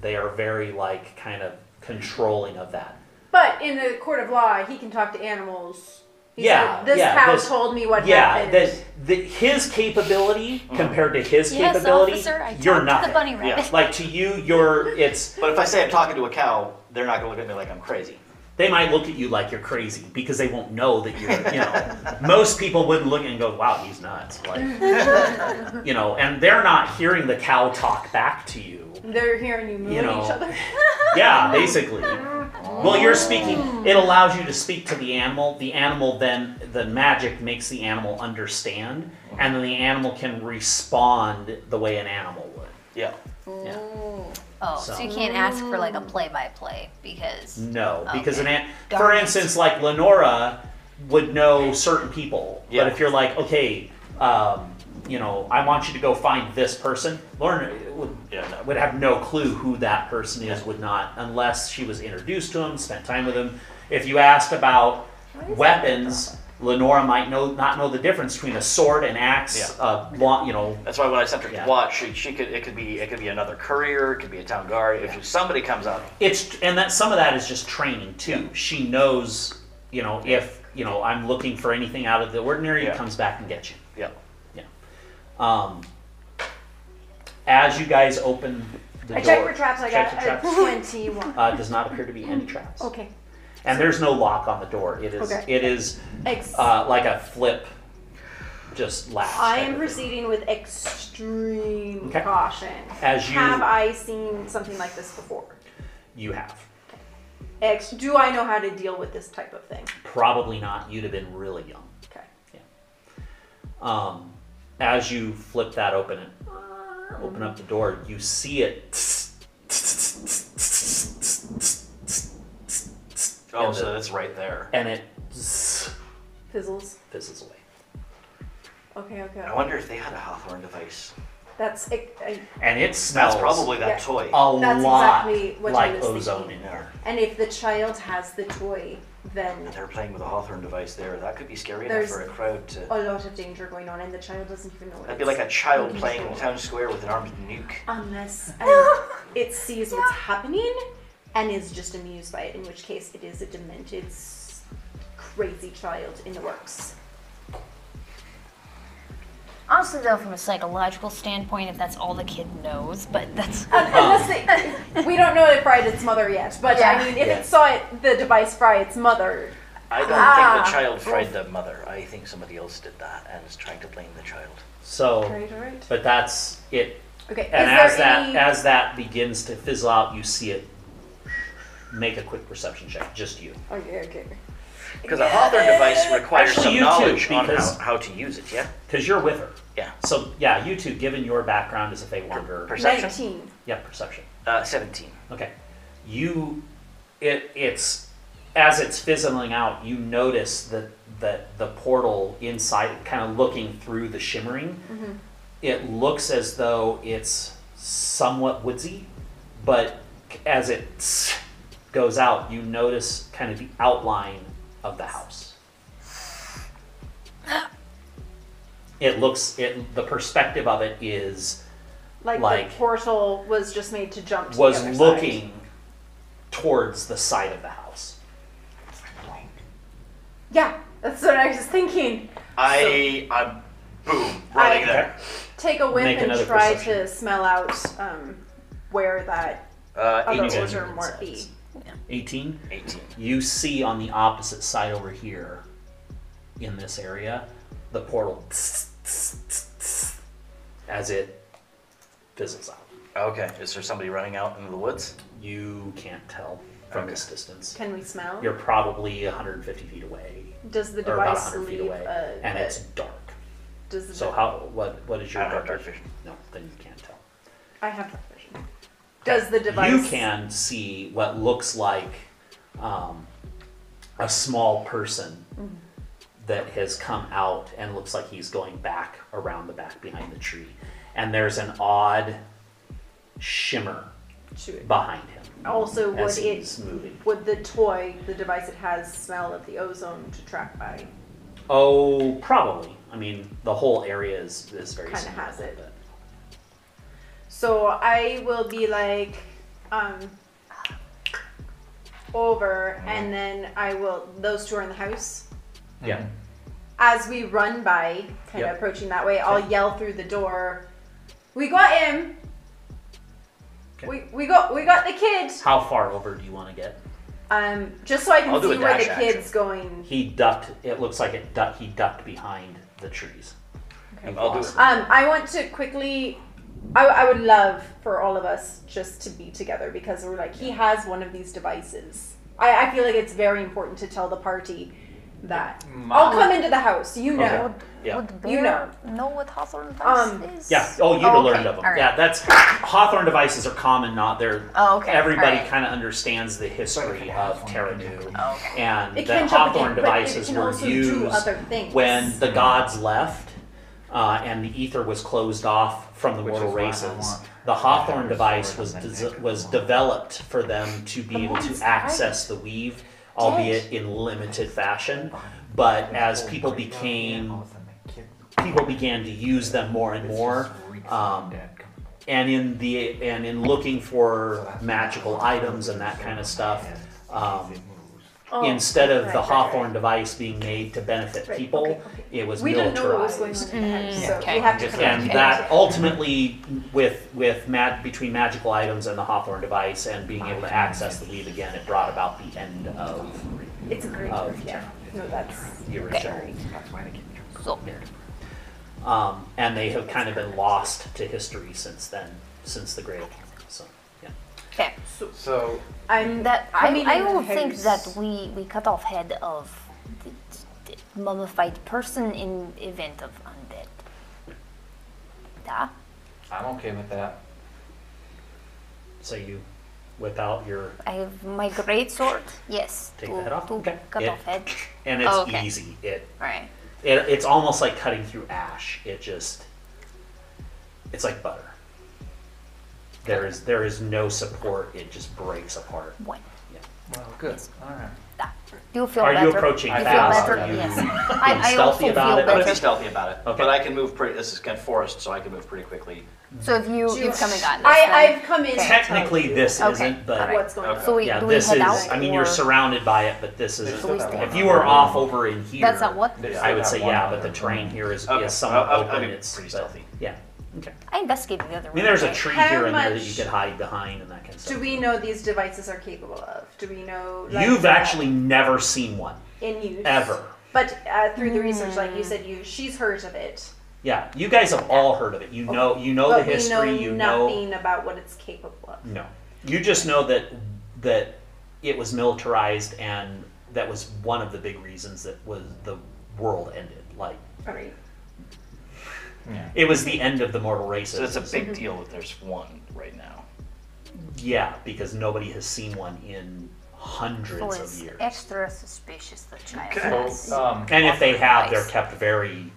Speaker 2: they are very like kind of controlling of that.
Speaker 5: But in the court of law, he can talk to animals. He
Speaker 2: Yeah,
Speaker 5: said, this
Speaker 2: yeah,
Speaker 5: cow
Speaker 2: this-
Speaker 5: told me what
Speaker 2: yeah,
Speaker 5: happened.
Speaker 2: that the, his capability compared to his
Speaker 3: Yes,
Speaker 2: capability,
Speaker 3: officer. I
Speaker 2: you're
Speaker 3: talked to
Speaker 2: nothing.
Speaker 3: the bunny
Speaker 4: Yeah.
Speaker 3: rabbit.
Speaker 2: Like to you, you're it's
Speaker 4: But if I say I'm talking to a cow, they're not going to look at me like I'm crazy.
Speaker 2: they might look at you like you're crazy because they won't know that you're, you know, most people wouldn't look and go, wow, he's nuts. Like, you know, and they're not hearing the cow talk back to you.
Speaker 5: They're hearing you move
Speaker 2: You know.
Speaker 5: each other.
Speaker 2: Yeah, basically. Well, you're speaking, it allows you to speak to the animal. The animal then, the magic makes the animal understand, and then the animal can respond the way an animal would.
Speaker 4: Yeah.
Speaker 2: Yeah.
Speaker 3: Oh, so.
Speaker 2: So-
Speaker 3: you can't ask for like a play-by-play because
Speaker 2: No, because an an-
Speaker 3: Darn
Speaker 2: for
Speaker 3: it.
Speaker 2: instance, like Lenora would know certain people,
Speaker 4: Yeah.
Speaker 2: but if you're like, okay, um, you know, I want you to go find this person, Lauren would
Speaker 4: Yeah. No.
Speaker 2: would have no clue who that person is, would not, unless she was introduced to him, spent time with him. If you asked about weapons. Lenora might know not know the difference between a sword and axe,
Speaker 4: Yeah.
Speaker 2: uh, long, you know,
Speaker 4: That's why when I sent her
Speaker 2: Yeah.
Speaker 4: to watch, she, she could it could be it could be another courier, it could be a town guard. If somebody comes up,
Speaker 2: it's and that some of that is just training too. She knows, you know, if you know I'm looking for anything out of the ordinary,
Speaker 4: Yeah.
Speaker 2: it comes back and gets you.
Speaker 4: yeah.
Speaker 2: Um, as you guys open The
Speaker 5: I checked
Speaker 2: door.
Speaker 5: for traps. I
Speaker 2: Check
Speaker 5: got
Speaker 2: for
Speaker 5: a
Speaker 2: traps.
Speaker 5: twenty-one.
Speaker 2: Uh, does not appear to be any traps.
Speaker 5: Okay.
Speaker 2: And there's no lock on the door. It is
Speaker 5: Okay.
Speaker 2: it is
Speaker 5: Ex-
Speaker 2: uh, like a flip, just latch. type
Speaker 5: I am
Speaker 2: of thing.
Speaker 5: proceeding with extreme
Speaker 2: Okay.
Speaker 5: caution.
Speaker 2: As you-
Speaker 5: have I seen something like this before?
Speaker 2: You have
Speaker 5: Ex- do I know how to deal with this type of thing?
Speaker 2: probably not. You'd have been really young.
Speaker 5: Okay.
Speaker 2: Um, as you flip that open and open up the door, you see it.
Speaker 4: Oh,
Speaker 2: And
Speaker 4: so
Speaker 2: the-
Speaker 4: it's right there.
Speaker 2: and it
Speaker 5: Fizzles.
Speaker 2: fizzles away.
Speaker 5: Okay. Okay.
Speaker 4: I wonder if they had a Hawthorne device.
Speaker 5: That's ex- I,
Speaker 2: And it smells
Speaker 4: That's probably that
Speaker 5: Yeah.
Speaker 4: toy.
Speaker 2: a
Speaker 5: That's
Speaker 2: lot
Speaker 5: exactly what I
Speaker 2: like
Speaker 5: was
Speaker 2: ozone
Speaker 5: thinking.
Speaker 2: in there.
Speaker 5: and if the child has the toy, then
Speaker 4: And they're playing with a Hawthorne device there. That could be scary
Speaker 5: There's-
Speaker 4: enough for a crowd to.
Speaker 5: a lot of danger going on, and the child doesn't even know. what
Speaker 4: That'd be
Speaker 5: it's-
Speaker 4: like a child
Speaker 5: looking
Speaker 4: playing in
Speaker 5: for.
Speaker 4: town square with an armed nuke.
Speaker 5: unless um, it sees what's happening and is just amused by it, in which case it is a demented, s- crazy child in the works.
Speaker 3: Honestly, though, from a psychological standpoint, if that's all the kid knows, but that's.
Speaker 5: Un- Unless they, uh, we don't know it fried its mother yet, but
Speaker 3: Yeah.
Speaker 5: I mean, if
Speaker 4: Yeah.
Speaker 5: it saw it, the device fry its mother.
Speaker 4: I don't
Speaker 5: Ah.
Speaker 4: think the child fried the mother. I think somebody else did that and is trying to blame the child.
Speaker 2: So,
Speaker 5: Right, right.
Speaker 2: but that's it.
Speaker 5: Okay. Is
Speaker 2: And
Speaker 5: there
Speaker 2: as that
Speaker 5: any?
Speaker 2: as that begins to fizzle out, you see it. Make a quick perception check, just you.
Speaker 5: okay, okay.
Speaker 4: Because a Hawthorne device requires
Speaker 2: Actually,
Speaker 4: some
Speaker 2: you too,
Speaker 4: knowledge on how,
Speaker 2: because-
Speaker 4: how to use it, yeah?
Speaker 2: Because you're with her.
Speaker 4: Yeah.
Speaker 2: So yeah, you two, given your background as a Fey Wanderer,
Speaker 4: Perception?
Speaker 5: Nineteen.
Speaker 2: yeah, perception.
Speaker 4: Uh, 17.
Speaker 2: Okay. You, it, it's as it's fizzling out. You notice that that the portal inside, kind of looking through the shimmering, it looks as though it's somewhat woodsy, but as it goes out, you notice kind of the outline of the house. It looks it the perspective of it is
Speaker 5: Like,
Speaker 2: Like-
Speaker 5: the portal was just made to jump. To
Speaker 2: was
Speaker 5: the other side.
Speaker 2: looking towards the side of the house.
Speaker 5: Yeah, that's what I was thinking.
Speaker 4: I, I'm, boom, running
Speaker 5: I-
Speaker 4: there.
Speaker 5: Take a whiff
Speaker 2: Make
Speaker 5: and
Speaker 2: another
Speaker 5: try
Speaker 2: perception.
Speaker 5: to smell out um, where that
Speaker 4: Uh,
Speaker 5: other
Speaker 4: 18.
Speaker 5: order might be.
Speaker 2: 18.
Speaker 4: 18.
Speaker 2: You see on the opposite side over here, in this area, the portal as it fizzles out.
Speaker 4: Okay, is there somebody running out into the woods?
Speaker 2: You can't tell from
Speaker 4: Okay.
Speaker 2: this distance.
Speaker 5: Can we smell?
Speaker 2: You're probably 150 feet away,
Speaker 5: Does the
Speaker 2: or about
Speaker 5: device
Speaker 2: 100 feet
Speaker 5: leave
Speaker 2: away,
Speaker 5: a,
Speaker 2: and
Speaker 5: a-
Speaker 2: it's dark.
Speaker 5: does the
Speaker 2: So how? What? What is your
Speaker 4: I don't have
Speaker 2: dark
Speaker 4: dark
Speaker 2: vision?
Speaker 4: vision.
Speaker 2: No, then you can't tell.
Speaker 5: I have dark vision. Does the device
Speaker 2: You can see what looks like um, a small person
Speaker 5: Mm-hmm.
Speaker 2: that has come out and looks like he's going back around the back behind the tree. And there's an odd shimmer
Speaker 5: chew it?
Speaker 2: behind him
Speaker 5: Also would
Speaker 2: as
Speaker 5: it
Speaker 2: he's moving.
Speaker 5: would the toy, the device it has smell of the ozone to track by?
Speaker 2: Oh, probably. I mean, the whole area is, is very
Speaker 5: Kinda
Speaker 2: similar,
Speaker 5: has it.
Speaker 2: but-
Speaker 5: So I will be like um over
Speaker 4: Uh-huh.
Speaker 5: and then I will those two are in the house.
Speaker 2: Yeah.
Speaker 4: Mm-hmm.
Speaker 5: As we run by, kind
Speaker 2: Yep.
Speaker 5: of approaching that way, I'll yell through the door, "We got him!
Speaker 2: Okay.
Speaker 5: We, we got we got the kid!"
Speaker 2: How far over do you want to get?
Speaker 5: Um, just so I can
Speaker 4: I'll do
Speaker 5: see
Speaker 4: a
Speaker 5: where the
Speaker 4: dash action.
Speaker 5: kid's going.
Speaker 2: He ducked. It looks like it ducked. He ducked behind the trees.
Speaker 5: Okay.
Speaker 2: You've
Speaker 4: I'll do
Speaker 2: lost
Speaker 4: it.
Speaker 2: him.
Speaker 5: Um, I want to quickly. I, I would love for all of us just to be together because we're like he has one of these devices. I, I feel like it's very important to tell the party that I'll come into the house. You know.
Speaker 2: Okay. Yeah.
Speaker 3: Would
Speaker 5: You
Speaker 3: Bear
Speaker 5: know.
Speaker 3: what Hawthorne Vice
Speaker 5: Um,
Speaker 3: is?
Speaker 2: Yeah. Oh, you'd have learned
Speaker 3: okay.
Speaker 2: of them.
Speaker 3: All right.
Speaker 2: Yeah, that's Hawthorne devices are common. Not they're
Speaker 3: Oh, okay.
Speaker 2: everybody
Speaker 3: All right.
Speaker 2: kind of understands the history of Terranu,
Speaker 3: Okay.
Speaker 2: and
Speaker 5: It
Speaker 2: that
Speaker 5: can jump
Speaker 2: Hawthorne
Speaker 5: again, but it
Speaker 2: devices
Speaker 5: can
Speaker 2: were
Speaker 5: also do
Speaker 2: used
Speaker 5: other things.
Speaker 2: when
Speaker 6: Mm-hmm.
Speaker 2: the gods left. Uh, and the ether was closed off from the
Speaker 6: Which
Speaker 2: mortal
Speaker 6: is why I
Speaker 2: races.
Speaker 6: want
Speaker 2: The Hawthorne
Speaker 6: Hawthorne
Speaker 2: device
Speaker 6: sword
Speaker 2: was
Speaker 6: and then
Speaker 2: des-
Speaker 6: make it
Speaker 2: was
Speaker 6: long.
Speaker 2: developed for them to be able to
Speaker 3: monster,
Speaker 2: access the weave, albeit in limited fashion. But as people became people began to use them more and more. Um, and in the and in looking for magical items and that kind of stuff, um,
Speaker 5: Oh,
Speaker 2: instead of
Speaker 5: right,
Speaker 2: the
Speaker 5: right,
Speaker 2: Hawthorne
Speaker 5: right.
Speaker 2: device being made to benefit
Speaker 5: Right,
Speaker 2: people,
Speaker 5: okay, okay.
Speaker 2: it was
Speaker 5: We
Speaker 2: militarized.
Speaker 5: didn't know what was going on. ahead,
Speaker 3: Mm,
Speaker 5: so
Speaker 3: okay.
Speaker 5: we have to
Speaker 2: Just-
Speaker 5: come
Speaker 2: and
Speaker 5: back to
Speaker 2: that
Speaker 5: it.
Speaker 2: ultimately, with with mag- between magical items and the Hawthorne device and being able to access the weave again, it brought about the end of
Speaker 5: It's a great
Speaker 2: Oh.
Speaker 5: word, yeah. No, that's
Speaker 2: the original.
Speaker 5: sorry.
Speaker 3: Cool.
Speaker 2: Um, and they have kind of been lost to history since then, since the Great. So, yeah.
Speaker 3: Okay.
Speaker 6: So
Speaker 5: I'm
Speaker 3: That
Speaker 5: I
Speaker 3: I,
Speaker 5: mean,
Speaker 3: I
Speaker 5: in
Speaker 3: will
Speaker 5: the
Speaker 3: think
Speaker 5: house.
Speaker 3: that we, we cut off head of the, the mummified person in event of undead. Da?
Speaker 6: I'm okay with that.
Speaker 2: So you whip out your
Speaker 3: I have my great sword. Yes.
Speaker 2: Take
Speaker 3: to,
Speaker 2: the head off?
Speaker 3: to
Speaker 2: Okay.
Speaker 3: cut
Speaker 2: Yeah.
Speaker 3: off head.
Speaker 2: and it's
Speaker 3: Oh, okay.
Speaker 2: easy. It,
Speaker 3: Right.
Speaker 2: it it's almost like cutting through ash. It just it's like butter. There is there is no support. It just breaks apart.
Speaker 3: One.
Speaker 6: Well, good. All right.
Speaker 3: Da. Do you feel
Speaker 2: Are
Speaker 3: better?
Speaker 2: you approaching
Speaker 3: I feel
Speaker 2: fast?
Speaker 3: better.
Speaker 2: Are you
Speaker 3: yes.
Speaker 2: being
Speaker 3: I, I also
Speaker 2: stealthy
Speaker 3: feel
Speaker 2: about it?
Speaker 7: I'm gonna be
Speaker 3: better.
Speaker 7: stealthy about it,
Speaker 2: Okay.
Speaker 7: but I can move pretty. This is kind of forest, so I can move pretty quickly.
Speaker 3: So if you you've come and gotten us,
Speaker 5: I,
Speaker 3: then-
Speaker 5: I've come in. to tell
Speaker 2: Technically,
Speaker 5: you
Speaker 2: this uh,
Speaker 3: Okay.
Speaker 2: isn't, but
Speaker 3: Alright.
Speaker 5: What's going on?
Speaker 3: So we,
Speaker 2: yeah,
Speaker 3: do we
Speaker 2: this
Speaker 3: head
Speaker 2: is.
Speaker 3: out?
Speaker 2: I mean, you're
Speaker 3: or-
Speaker 2: surrounded by it, but this is.
Speaker 3: still got
Speaker 2: If
Speaker 6: one
Speaker 2: you were
Speaker 6: other
Speaker 2: off
Speaker 6: one.
Speaker 2: over in here,
Speaker 3: That's not what?
Speaker 6: There's
Speaker 2: I would
Speaker 6: still
Speaker 2: say
Speaker 6: got one
Speaker 2: yeah, but
Speaker 6: other
Speaker 2: the terrain
Speaker 6: one.
Speaker 2: here is,
Speaker 7: Okay.
Speaker 2: is somewhat
Speaker 7: I'll- I'll-
Speaker 2: open.
Speaker 7: I'll be
Speaker 2: it's
Speaker 7: pretty
Speaker 2: but-
Speaker 7: stealthy.
Speaker 2: Yeah. Okay.
Speaker 3: I investigated the other
Speaker 2: I
Speaker 3: one.
Speaker 2: mean, there's a
Speaker 3: right?
Speaker 2: tree
Speaker 5: How
Speaker 2: here and there that you
Speaker 5: much-
Speaker 2: could hide behind and that kind of stuff.
Speaker 5: Do we know these devices are capable of? Do we know? Like,
Speaker 2: You've
Speaker 5: uh,
Speaker 2: actually never seen one
Speaker 5: in use
Speaker 2: ever.
Speaker 5: But uh, through the research, like
Speaker 8: Hmm.
Speaker 5: you said, you she's heard of it,
Speaker 2: Yeah, you guys have all heard of it. You know, you know
Speaker 5: but
Speaker 2: the history.
Speaker 5: we know
Speaker 2: you know,
Speaker 5: nothing about what it's capable of.
Speaker 2: no, you just know that that it was militarized, and that was one of the big reasons that was the world ended. Like
Speaker 5: All right.
Speaker 2: it was the end of the mortal
Speaker 7: So it's
Speaker 2: races.
Speaker 7: a big deal that there's one right now.
Speaker 2: yeah, because nobody has seen one in hundreds
Speaker 3: So
Speaker 2: of
Speaker 3: it's
Speaker 2: years.
Speaker 3: extra suspicious the child has
Speaker 6: So, um,
Speaker 2: and if they have, they're
Speaker 3: Nice.
Speaker 2: kept very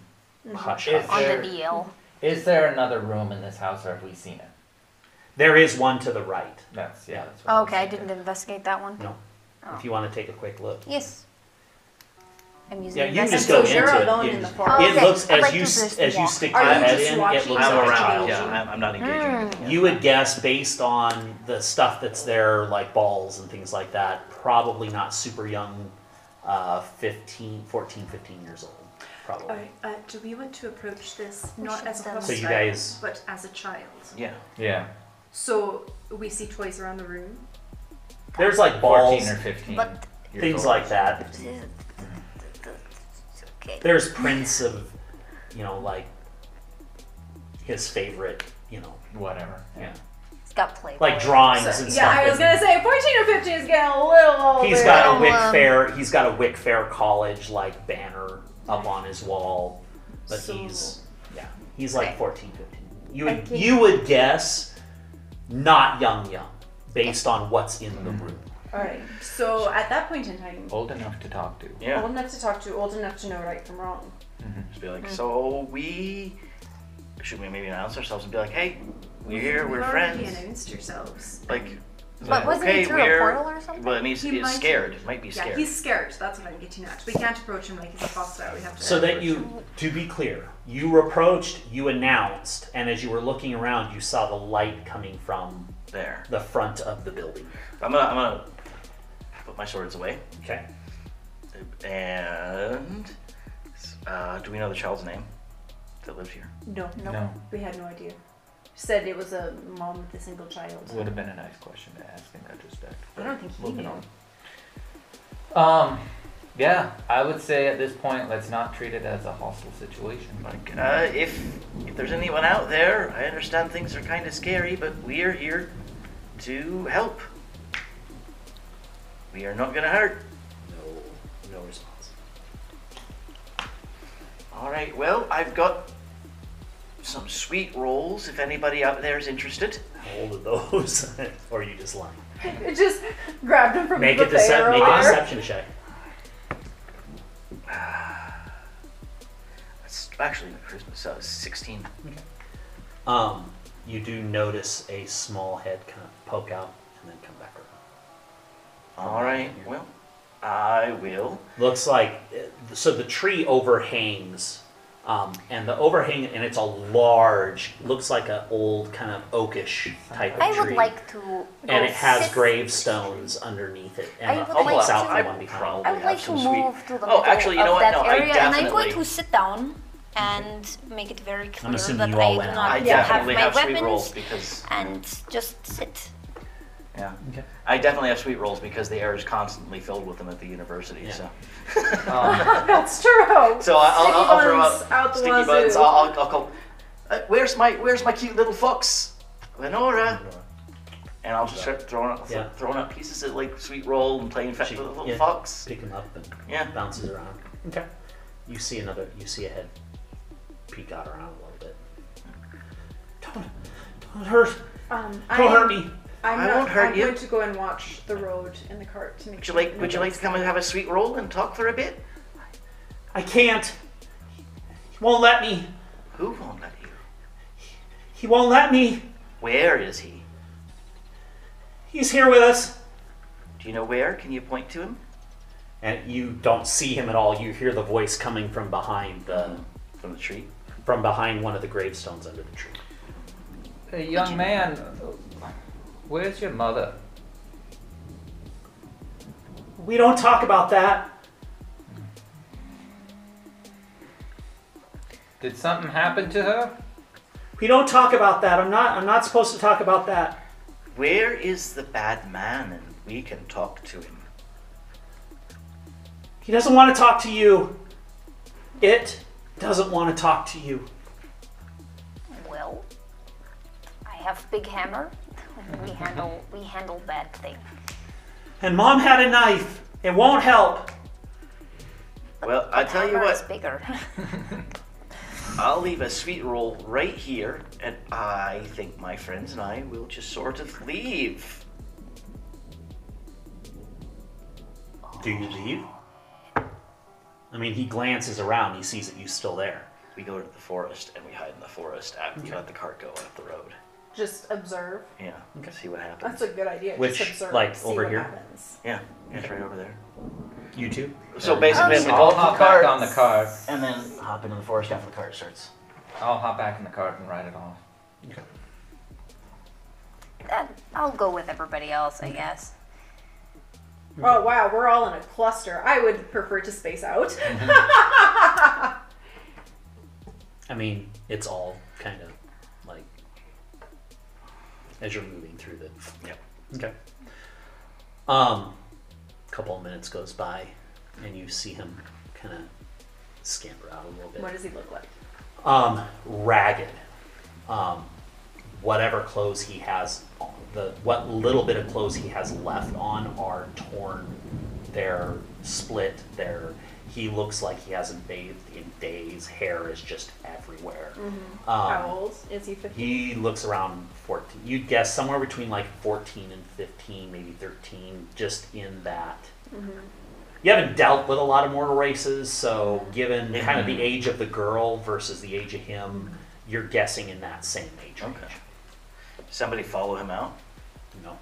Speaker 2: hush
Speaker 5: Mm-hmm.
Speaker 6: Is
Speaker 2: hush.
Speaker 3: on
Speaker 6: there-
Speaker 3: the DL.
Speaker 6: is there another room in this house, or have we seen it?
Speaker 2: There is one to the right.
Speaker 6: That's yeah. That's what
Speaker 3: Oh,
Speaker 6: was
Speaker 3: okay, I
Speaker 6: thinking.
Speaker 3: didn't investigate that one.
Speaker 2: No,
Speaker 3: Oh.
Speaker 2: if you want to take a quick look.
Speaker 3: Yes. I'm using
Speaker 2: Yeah, you can
Speaker 3: invest-
Speaker 2: just
Speaker 5: so
Speaker 2: go
Speaker 5: you're
Speaker 2: into
Speaker 5: alone
Speaker 2: it. You
Speaker 5: in the
Speaker 2: just-
Speaker 5: forest.
Speaker 2: It
Speaker 3: Okay,
Speaker 2: looks
Speaker 3: I'd
Speaker 2: as
Speaker 3: like
Speaker 2: you
Speaker 3: to
Speaker 2: s-
Speaker 3: just
Speaker 2: as you
Speaker 3: walk.
Speaker 2: stick
Speaker 5: Are
Speaker 2: your
Speaker 5: you
Speaker 2: head
Speaker 5: just
Speaker 2: in, it
Speaker 5: watching
Speaker 2: looks
Speaker 7: I'm
Speaker 5: Like
Speaker 7: around.
Speaker 5: engaging.
Speaker 7: Yeah, I'm, I'm not engaging. anything.
Speaker 2: You would guess based on the stuff that's there, like balls and things like that, probably not super young, uh, 15, 14, 15 years old,
Speaker 8: All
Speaker 2: probably.
Speaker 8: right, uh, do we want to approach this
Speaker 3: We
Speaker 8: not
Speaker 3: should
Speaker 8: as a
Speaker 3: done.
Speaker 8: hostile,
Speaker 2: So you guys-
Speaker 8: but as a child?
Speaker 7: Yeah.
Speaker 6: Yeah,
Speaker 8: So we see toys around the room.
Speaker 2: There's like balls,
Speaker 6: fourteen or fifteen.
Speaker 3: But-
Speaker 6: years
Speaker 2: things
Speaker 6: old.
Speaker 2: like that.
Speaker 3: Okay.
Speaker 2: There's prints of, you know, like his favorite, you know,
Speaker 6: whatever. Yeah.
Speaker 3: It's got play.
Speaker 2: like drawings
Speaker 5: So-
Speaker 2: and
Speaker 5: yeah,
Speaker 2: stuff.
Speaker 5: I was gonna say fourteen or fifteen is getting a little older.
Speaker 2: He's got a
Speaker 3: Oh,
Speaker 2: Wick
Speaker 3: um,
Speaker 2: Fair. He's got a Wick Fair college like banner up on his wall, but
Speaker 8: So-
Speaker 2: he's yeah, he's like
Speaker 3: Okay.
Speaker 2: 14, 15. You would
Speaker 5: Okay.
Speaker 2: you would guess not young young based on what's in the room.
Speaker 5: All right. So at that point in time,
Speaker 6: Old enough to talk to.
Speaker 7: Yeah.
Speaker 5: old enough to talk to, old enough to know right from wrong.
Speaker 7: Just be like, so we should we maybe announce ourselves and be like, hey,
Speaker 4: Mm-hmm.
Speaker 7: we're here, we're
Speaker 8: We've already
Speaker 7: friends.
Speaker 8: announced yourselves.
Speaker 7: Like,
Speaker 3: But wasn't
Speaker 7: okay,
Speaker 3: he through
Speaker 7: we're,
Speaker 3: a portal or something?
Speaker 7: Well, and he's,
Speaker 8: He
Speaker 7: he's
Speaker 8: might-
Speaker 7: scared. Might be scared.
Speaker 8: Yeah, he's scared. That's what I'm getting at. We can't approach him like he's a hostile. We have to.
Speaker 2: So that you to be clear, you were approached, you announced, and as you were looking around, you saw the light coming from
Speaker 7: there.
Speaker 2: the front of the building.
Speaker 7: I'm gonna I'm gonna put my swords away.
Speaker 2: Okay.
Speaker 7: And uh, do we know the child's name that lives here?
Speaker 5: No,
Speaker 6: No,
Speaker 5: we had no idea. Said it was a mom with a single child.
Speaker 6: would have been a nice question to ask in that respect.
Speaker 5: I don't think he
Speaker 6: Moving
Speaker 5: knew.
Speaker 6: on. Um, yeah, I would say at this point, let's not treat it as a hostile situation.
Speaker 7: Like, uh, if if there's anyone out there, I understand things are kind of scary, but we are here to help. We are not gonna hurt.
Speaker 2: No, no response.
Speaker 7: All right. Well, I've got some sweet rolls. If anybody out there is interested,
Speaker 2: How old are those? or are you just lying?
Speaker 5: It just grabbed him from
Speaker 2: Make
Speaker 5: the
Speaker 2: a, decep-
Speaker 5: barrel
Speaker 2: make a
Speaker 5: there.
Speaker 2: deception check.
Speaker 7: that's actually Christmas. So sixteen.
Speaker 2: Um, you do notice a small head kind of poke out and then come back around.
Speaker 7: All right. Well, I will.
Speaker 2: uh, Looks like so the tree overhangs Um, and the overhang, and it's a large, looks like an old kind of oakish type of
Speaker 3: I would
Speaker 2: tree.
Speaker 3: like to. Go
Speaker 2: and it has
Speaker 3: sit-
Speaker 2: gravestones underneath it, and
Speaker 3: I
Speaker 2: the
Speaker 3: would
Speaker 2: ups
Speaker 3: like
Speaker 2: out
Speaker 3: to-
Speaker 2: the one behind.
Speaker 3: I would
Speaker 4: have
Speaker 3: like to
Speaker 4: some sweet-
Speaker 3: move to the
Speaker 4: Oh,
Speaker 3: middle
Speaker 4: actually, you know
Speaker 3: of
Speaker 4: what?
Speaker 3: that
Speaker 4: No, I
Speaker 3: area, and I'm going
Speaker 4: definitely-
Speaker 3: to sit down and make it very clear
Speaker 2: assuming
Speaker 3: that
Speaker 2: you
Speaker 3: I
Speaker 2: all
Speaker 3: do
Speaker 2: went out.
Speaker 3: not
Speaker 4: I
Speaker 3: Uh, have
Speaker 4: definitely
Speaker 3: my
Speaker 4: have sweet rolls
Speaker 3: weapons
Speaker 4: because
Speaker 3: and just sit.
Speaker 4: yeah,
Speaker 2: Okay.
Speaker 4: I definitely have sweet rolls because the air is constantly filled with them at the university. So,
Speaker 6: Um,
Speaker 5: That's true.
Speaker 4: so I- I'll, I'll, I'll throw
Speaker 5: buttons
Speaker 4: out,
Speaker 5: out the
Speaker 4: sticky
Speaker 5: wazoo.
Speaker 4: buttons. I'll, I'll, I'll call. Uh, where's my Where's my cute little fox, Lenora? And I'll just start throwing out,
Speaker 2: Yeah.
Speaker 4: throwing out pieces of like sweet roll and playing fetch
Speaker 2: She-
Speaker 4: with the little
Speaker 2: yeah.
Speaker 4: fox.
Speaker 2: Pick him up and
Speaker 4: Yeah.
Speaker 2: bounces around. Okay. You see another. You see a head peek out around a little bit. Don't, don't hurt.
Speaker 5: Um,
Speaker 2: Don't hurt
Speaker 5: I'm,
Speaker 2: me.
Speaker 5: I'm
Speaker 4: I
Speaker 5: not,
Speaker 4: won't hurt
Speaker 5: I'm
Speaker 4: you.
Speaker 5: going to go and watch the road in the cart to make
Speaker 4: Would you
Speaker 5: sure.
Speaker 4: like Would you like to come and have a sweet roll and talk for a bit?
Speaker 2: I can't. He won't let me.
Speaker 4: Who won't let you?
Speaker 2: He won't let me.
Speaker 4: Where is he?
Speaker 2: He's here with us.
Speaker 4: Do you know where? Can you point to him?
Speaker 2: And you don't see him at all. You hear the voice coming from behind the
Speaker 4: From the tree.
Speaker 2: from behind one of the gravestones under the tree.
Speaker 6: hey, young man, where's your mother?
Speaker 2: We don't talk about that.
Speaker 6: Did something happen to her?
Speaker 2: We don't talk about that. I'm not. I'm not supposed to talk about that.
Speaker 4: Where is the bad man? And we can talk to him.
Speaker 2: He doesn't want to talk to you. It doesn't want to talk to you.
Speaker 3: Well, I have big hammer. We handle we handle bad things.
Speaker 2: And mom had a knife. It won't help.
Speaker 4: Well, I tell you
Speaker 3: hammer is
Speaker 4: what.
Speaker 3: bigger.
Speaker 4: I'll leave a sweet roll right here, and I think my friends and I will just sort of leave.
Speaker 2: Do you leave? I mean, he glances around. He sees that you're still there.
Speaker 4: We go to the forest and we hide in the forest after we let the cart go up the road.
Speaker 5: Just observe.
Speaker 4: Yeah, see what happens.
Speaker 5: That's a good idea.
Speaker 2: Which,
Speaker 5: just observe,
Speaker 2: like,
Speaker 5: see
Speaker 2: over
Speaker 5: what
Speaker 2: here?
Speaker 5: Happens.
Speaker 4: yeah, it's right over there.
Speaker 2: You too.
Speaker 4: So basically,
Speaker 3: Um,
Speaker 4: we
Speaker 6: I'll
Speaker 4: go up
Speaker 6: hop
Speaker 4: the cart
Speaker 6: back on the cart.
Speaker 4: and then hop into the forest after the cart starts.
Speaker 6: I'll hop back in the cart and ride it off.
Speaker 3: Uh, I'll go with everybody else, I guess.
Speaker 5: Oh wow, we're all in a cluster. I would prefer to space out.
Speaker 2: I mean, it's all kind of like as you're moving through the.
Speaker 4: Yep.
Speaker 2: Okay. Um, couple of minutes goes by, and you see him kind of scamper out a little bit.
Speaker 5: what does he look like?
Speaker 2: um, ragged. Um, whatever clothes he has, on- the what little bit of clothes he has left on are torn. They're split. They're he looks like he hasn't bathed in days. Hair is just everywhere.
Speaker 5: Mm-hmm. How
Speaker 2: Um,
Speaker 5: old is he? Fifty.
Speaker 2: he looks around 14. You'd guess somewhere between like 14 and 15, maybe 13, just in that. You haven't dealt with a lot of mortal races, so given kind of the age of the girl versus the age of him, you're guessing in that same age. range.
Speaker 4: Okay. Somebody follow him out.
Speaker 2: You know?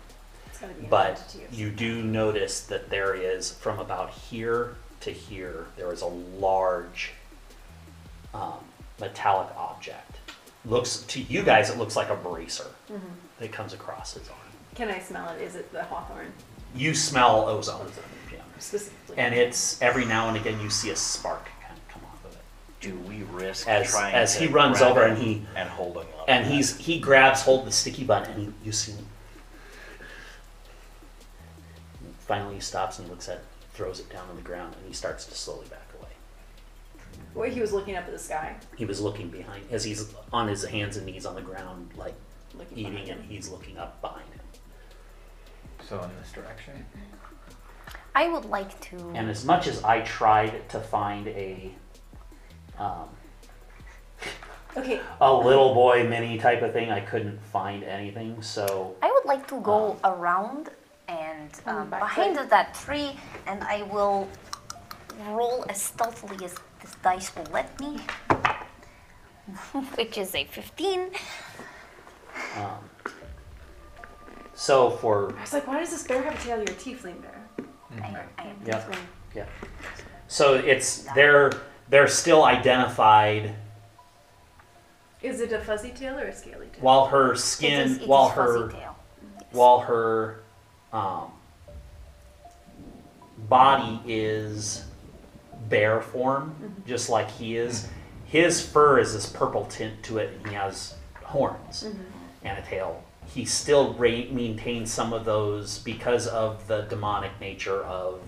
Speaker 5: It's gotta be an
Speaker 2: But
Speaker 5: attitude.
Speaker 2: you do notice that there is, from about here to here, there is a large um, metallic object. Looks to you guys, it looks like a bracer that comes across his arm.
Speaker 5: Can I smell it? Is it the hawthorn
Speaker 2: You smell ozone, yeah.
Speaker 5: specifically?
Speaker 2: and it's every now and again you see a spark kind of come off of it.
Speaker 4: Do we risk
Speaker 2: As-
Speaker 4: trying
Speaker 2: as
Speaker 4: to
Speaker 2: he runs
Speaker 4: grab
Speaker 2: over
Speaker 4: him
Speaker 2: and he-
Speaker 4: and holding on?
Speaker 2: And
Speaker 4: to
Speaker 2: he's he grabs hold of the sticky button and you see him. Finally, he stops and looks at, it, throws it down on the ground, and he starts to slowly back away.
Speaker 5: Wait, he was looking up at the sky.
Speaker 2: He was looking behind as he's on his hands and knees on the ground, like
Speaker 5: Looking behind
Speaker 2: eating,
Speaker 5: him.
Speaker 2: and he's looking up behind him.
Speaker 6: So in this direction.
Speaker 3: I would like to.
Speaker 2: And as much as I tried to find a um,
Speaker 5: Okay,
Speaker 2: a little boy mini type of thing, I couldn't find anything. So
Speaker 3: I would like to go around and um,
Speaker 5: back
Speaker 3: behind that tree, and I will roll as stealthily as this dice will let me, which is a 15.
Speaker 2: um, so for
Speaker 5: I was like, why does this bear have a tail? You're a tiefling bear.
Speaker 3: I, I,
Speaker 2: yeah yeah, so it's they're they're still identified
Speaker 8: Is it a fuzzy tail or a scaly tail?
Speaker 2: while her
Speaker 3: it
Speaker 2: skin
Speaker 3: is, it
Speaker 2: while
Speaker 3: is
Speaker 2: her
Speaker 3: fuzzy tail.
Speaker 2: while her um, body is bear form, just like he is, his fur is this purple tint to it, and he has horns and a tail. He still re- maintains some of those because of the demonic nature of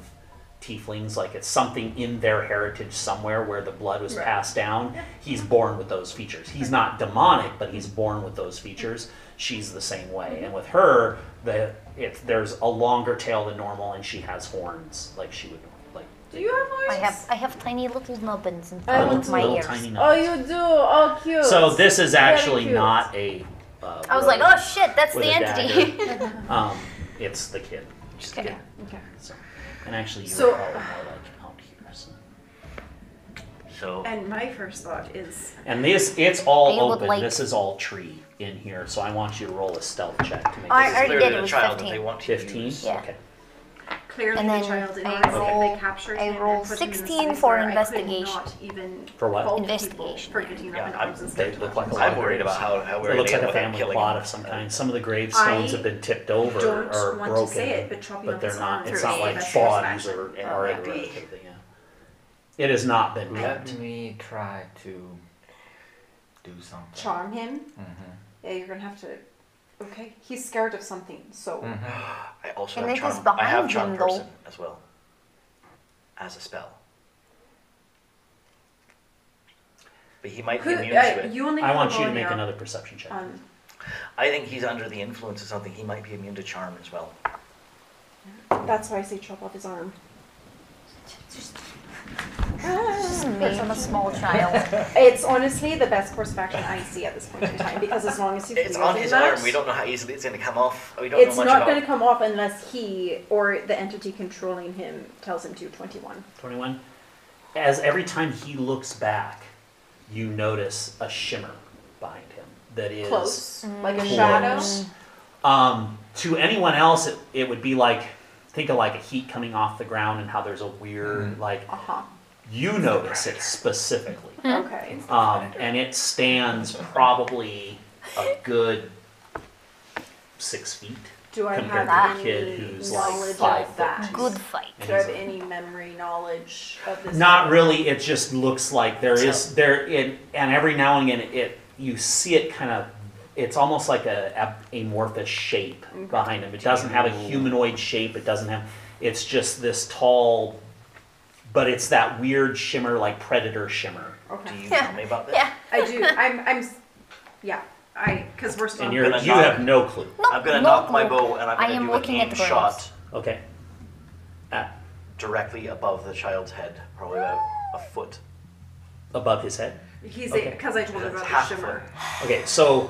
Speaker 2: tieflings. Like it's something in their heritage somewhere where the blood was
Speaker 8: Right.
Speaker 2: passed down. He's born with those features. He's not demonic, but he's born with those features. She's the same way, and with her, the if there's a longer tail than normal, and she has horns like she would like.
Speaker 5: Do you have horns?
Speaker 3: I have I have tiny little nubbins in
Speaker 5: I
Speaker 3: front
Speaker 5: want
Speaker 3: of my
Speaker 2: little
Speaker 3: ears.
Speaker 2: tiny
Speaker 5: Oh,
Speaker 2: nuts.
Speaker 5: you do. Oh, cute.
Speaker 2: So this is
Speaker 5: Very
Speaker 2: actually
Speaker 5: cute.
Speaker 2: not a. Uh,
Speaker 3: I was like,
Speaker 2: rodent
Speaker 3: oh shit, that's
Speaker 2: with
Speaker 3: the
Speaker 2: a
Speaker 3: entity.
Speaker 2: dagger. um, it's the kid. Just the
Speaker 3: Okay.
Speaker 2: kid. So, and actually, you
Speaker 8: So-
Speaker 2: were probably more like out here. So.
Speaker 4: So
Speaker 8: And my first thought is
Speaker 2: And this, it's all
Speaker 3: I would
Speaker 2: open.
Speaker 3: like-
Speaker 2: This is all tree in here. So I want you to roll a stealth check to make
Speaker 3: I
Speaker 2: this
Speaker 3: already
Speaker 7: Clearly
Speaker 3: did. It
Speaker 7: the
Speaker 3: was
Speaker 7: child that they
Speaker 3: 15.
Speaker 7: want to
Speaker 2: 15.
Speaker 7: use.
Speaker 3: Yeah.
Speaker 2: Okay.
Speaker 8: clearly
Speaker 3: And
Speaker 8: the
Speaker 3: then
Speaker 8: child in
Speaker 3: I
Speaker 8: Oz, if
Speaker 3: roll-
Speaker 8: they captured
Speaker 3: I
Speaker 8: him and
Speaker 3: roll
Speaker 8: put him in a
Speaker 3: 16
Speaker 8: space
Speaker 3: for
Speaker 8: where I could
Speaker 3: investigation.
Speaker 8: Not even
Speaker 2: For what?
Speaker 8: fault people
Speaker 3: Investigation.
Speaker 8: For getting
Speaker 7: Yeah,
Speaker 8: up in
Speaker 7: I'm-
Speaker 8: arms and
Speaker 2: They
Speaker 8: stuff.
Speaker 2: look like a lot
Speaker 7: I'm
Speaker 2: of
Speaker 7: worried
Speaker 2: graves.
Speaker 7: about how how we're
Speaker 2: It looks like
Speaker 7: gonna
Speaker 2: a
Speaker 7: end up
Speaker 2: family
Speaker 7: killing
Speaker 2: plot
Speaker 7: him.
Speaker 2: of some kind. Some of the gravestones
Speaker 8: I
Speaker 2: have been tipped over
Speaker 8: don't
Speaker 2: or
Speaker 8: want to
Speaker 2: broken,
Speaker 8: say it, but chopping off
Speaker 2: they're
Speaker 8: his
Speaker 2: not.
Speaker 8: arm
Speaker 2: It's
Speaker 8: through
Speaker 2: not
Speaker 8: a
Speaker 2: like
Speaker 8: specialist
Speaker 2: bodies
Speaker 8: fashion.
Speaker 2: or
Speaker 8: Oh,
Speaker 2: are
Speaker 8: that'd be-
Speaker 2: eradicated. Yeah. It has not been
Speaker 6: Let
Speaker 2: ripped.
Speaker 6: me try to do something.
Speaker 5: charm him.
Speaker 6: Mm-hmm.
Speaker 5: Yeah, you're gonna have to. Okay, he's scared of something. So
Speaker 2: Mm.
Speaker 7: I also
Speaker 3: And
Speaker 7: have
Speaker 3: it is
Speaker 7: charm. I have
Speaker 3: behind
Speaker 7: charm
Speaker 3: him, though.
Speaker 7: person as well. As a spell. But he might be
Speaker 8: Who,
Speaker 7: immune to
Speaker 8: uh,
Speaker 7: it.
Speaker 8: you only
Speaker 2: I
Speaker 8: have
Speaker 2: want
Speaker 8: a
Speaker 2: you to
Speaker 8: roll
Speaker 2: make
Speaker 8: here.
Speaker 2: another perception check.
Speaker 5: um,
Speaker 7: I think he's under the influence of something. He might be immune to charm as well.
Speaker 5: Um, that's why I say chop off his arm. Ah.
Speaker 3: Me, I'm a small child.
Speaker 5: It's honestly the best course of action I see at this point in time because as long as he's
Speaker 7: It's on
Speaker 5: wielding
Speaker 7: his
Speaker 5: that,
Speaker 7: arm. We don't know how easily it's going to come off. We don't
Speaker 5: It's
Speaker 7: know much
Speaker 5: not
Speaker 7: about
Speaker 5: going to come off unless he or the entity controlling him tells him to. Twenty-one.
Speaker 2: 21. As every time he looks back, you notice a shimmer behind him that is
Speaker 5: Close, like a
Speaker 2: close.
Speaker 5: shadow.
Speaker 2: Um, to anyone else, it, it would be like think of like a heat coming off the ground and how there's a weird like
Speaker 5: Uh huh.
Speaker 2: you notice it specifically.
Speaker 5: Okay.
Speaker 2: Um, and it stands probably a good six feet.
Speaker 5: Do I
Speaker 2: Compared
Speaker 5: have
Speaker 2: to the
Speaker 5: any
Speaker 2: kid who's like
Speaker 5: knowledge
Speaker 2: five
Speaker 5: of
Speaker 2: foot
Speaker 5: that?
Speaker 3: Good fight.
Speaker 5: Do I have any memory knowledge of this?
Speaker 2: Not really. It just looks like there is there it, and every now and again it you see it kind of. It's almost like a ab- amorphous shape
Speaker 8: Mm-hmm.
Speaker 2: behind him. It doesn't have a humanoid shape. It doesn't have. It's just this tall, but it's that weird shimmer, like predator shimmer.
Speaker 7: Do
Speaker 5: Okay.
Speaker 7: you
Speaker 3: Yeah.
Speaker 7: tell me about this?
Speaker 3: Yeah.
Speaker 8: I do. I'm. I'm. s- Yeah. I. Because we're still.
Speaker 2: And
Speaker 8: on
Speaker 2: you're
Speaker 7: gonna
Speaker 2: you
Speaker 7: knock-
Speaker 2: have no clue.
Speaker 3: No,
Speaker 7: I'm going to
Speaker 3: no
Speaker 7: knock my
Speaker 3: clue.
Speaker 7: bow and I'm
Speaker 3: I
Speaker 7: going to
Speaker 3: am
Speaker 7: do
Speaker 3: looking
Speaker 7: an
Speaker 3: at
Speaker 7: aim
Speaker 3: the ground.
Speaker 7: shot
Speaker 2: Okay. Uh, At,
Speaker 7: directly above the child's head, probably about a foot.
Speaker 2: above his head.
Speaker 8: He's
Speaker 2: Okay.
Speaker 8: because I told him
Speaker 7: That's
Speaker 8: about
Speaker 7: half
Speaker 8: the shimmer.
Speaker 2: Okay, so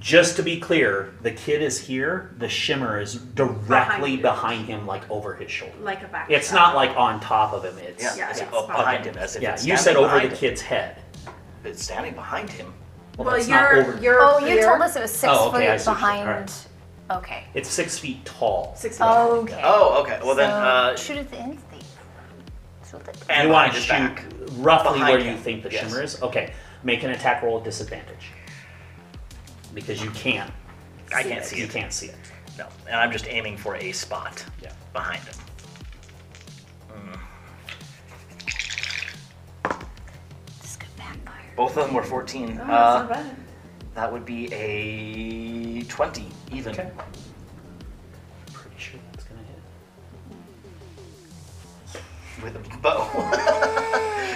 Speaker 2: just to be clear, the kid is here. The shimmer is
Speaker 8: Behind
Speaker 2: directly
Speaker 8: you.
Speaker 2: behind him, like over his shoulder.
Speaker 8: Like a back.
Speaker 2: It's not like on top of him. It's
Speaker 7: Yeah,
Speaker 8: Yeah,
Speaker 7: it's
Speaker 8: it's
Speaker 7: up
Speaker 8: fine.
Speaker 7: behind him as if
Speaker 2: yeah.
Speaker 7: it's
Speaker 2: You said
Speaker 7: standing
Speaker 2: over the
Speaker 7: behind him.
Speaker 2: kid's head.
Speaker 7: It's standing behind him.
Speaker 2: Well,
Speaker 8: Well,
Speaker 2: that's not
Speaker 8: you're-
Speaker 2: over.
Speaker 5: You're
Speaker 3: Oh, you
Speaker 5: here.
Speaker 3: told us it was six
Speaker 2: Oh, okay, I
Speaker 3: feet
Speaker 2: see what you're saying.
Speaker 3: behind. Okay.
Speaker 2: It's six feet tall.
Speaker 8: Six feet.
Speaker 3: Okay.
Speaker 7: Oh, okay. Well then,
Speaker 3: So,
Speaker 7: uh, Eh.
Speaker 3: shoot at the entity. Shoot at the-
Speaker 7: and
Speaker 2: you
Speaker 7: behind
Speaker 2: want to
Speaker 7: his
Speaker 2: shoot
Speaker 7: back.
Speaker 2: roughly
Speaker 7: Behind
Speaker 2: where
Speaker 7: him,
Speaker 2: you think the
Speaker 7: yes.
Speaker 2: shimmer is. Okay, make an attack roll at disadvantage because you can't.
Speaker 7: I can't see
Speaker 2: You
Speaker 7: it.
Speaker 2: can't see it.
Speaker 7: No, and I'm just aiming for a spot
Speaker 2: Yeah.
Speaker 7: behind him.
Speaker 3: This could backfire.
Speaker 7: Both of them were 14.
Speaker 8: Oh, that's not
Speaker 7: uh,
Speaker 8: bad.
Speaker 7: that would be a 20 even.
Speaker 2: Okay. Pretty sure that's gonna hit.
Speaker 7: with a bow.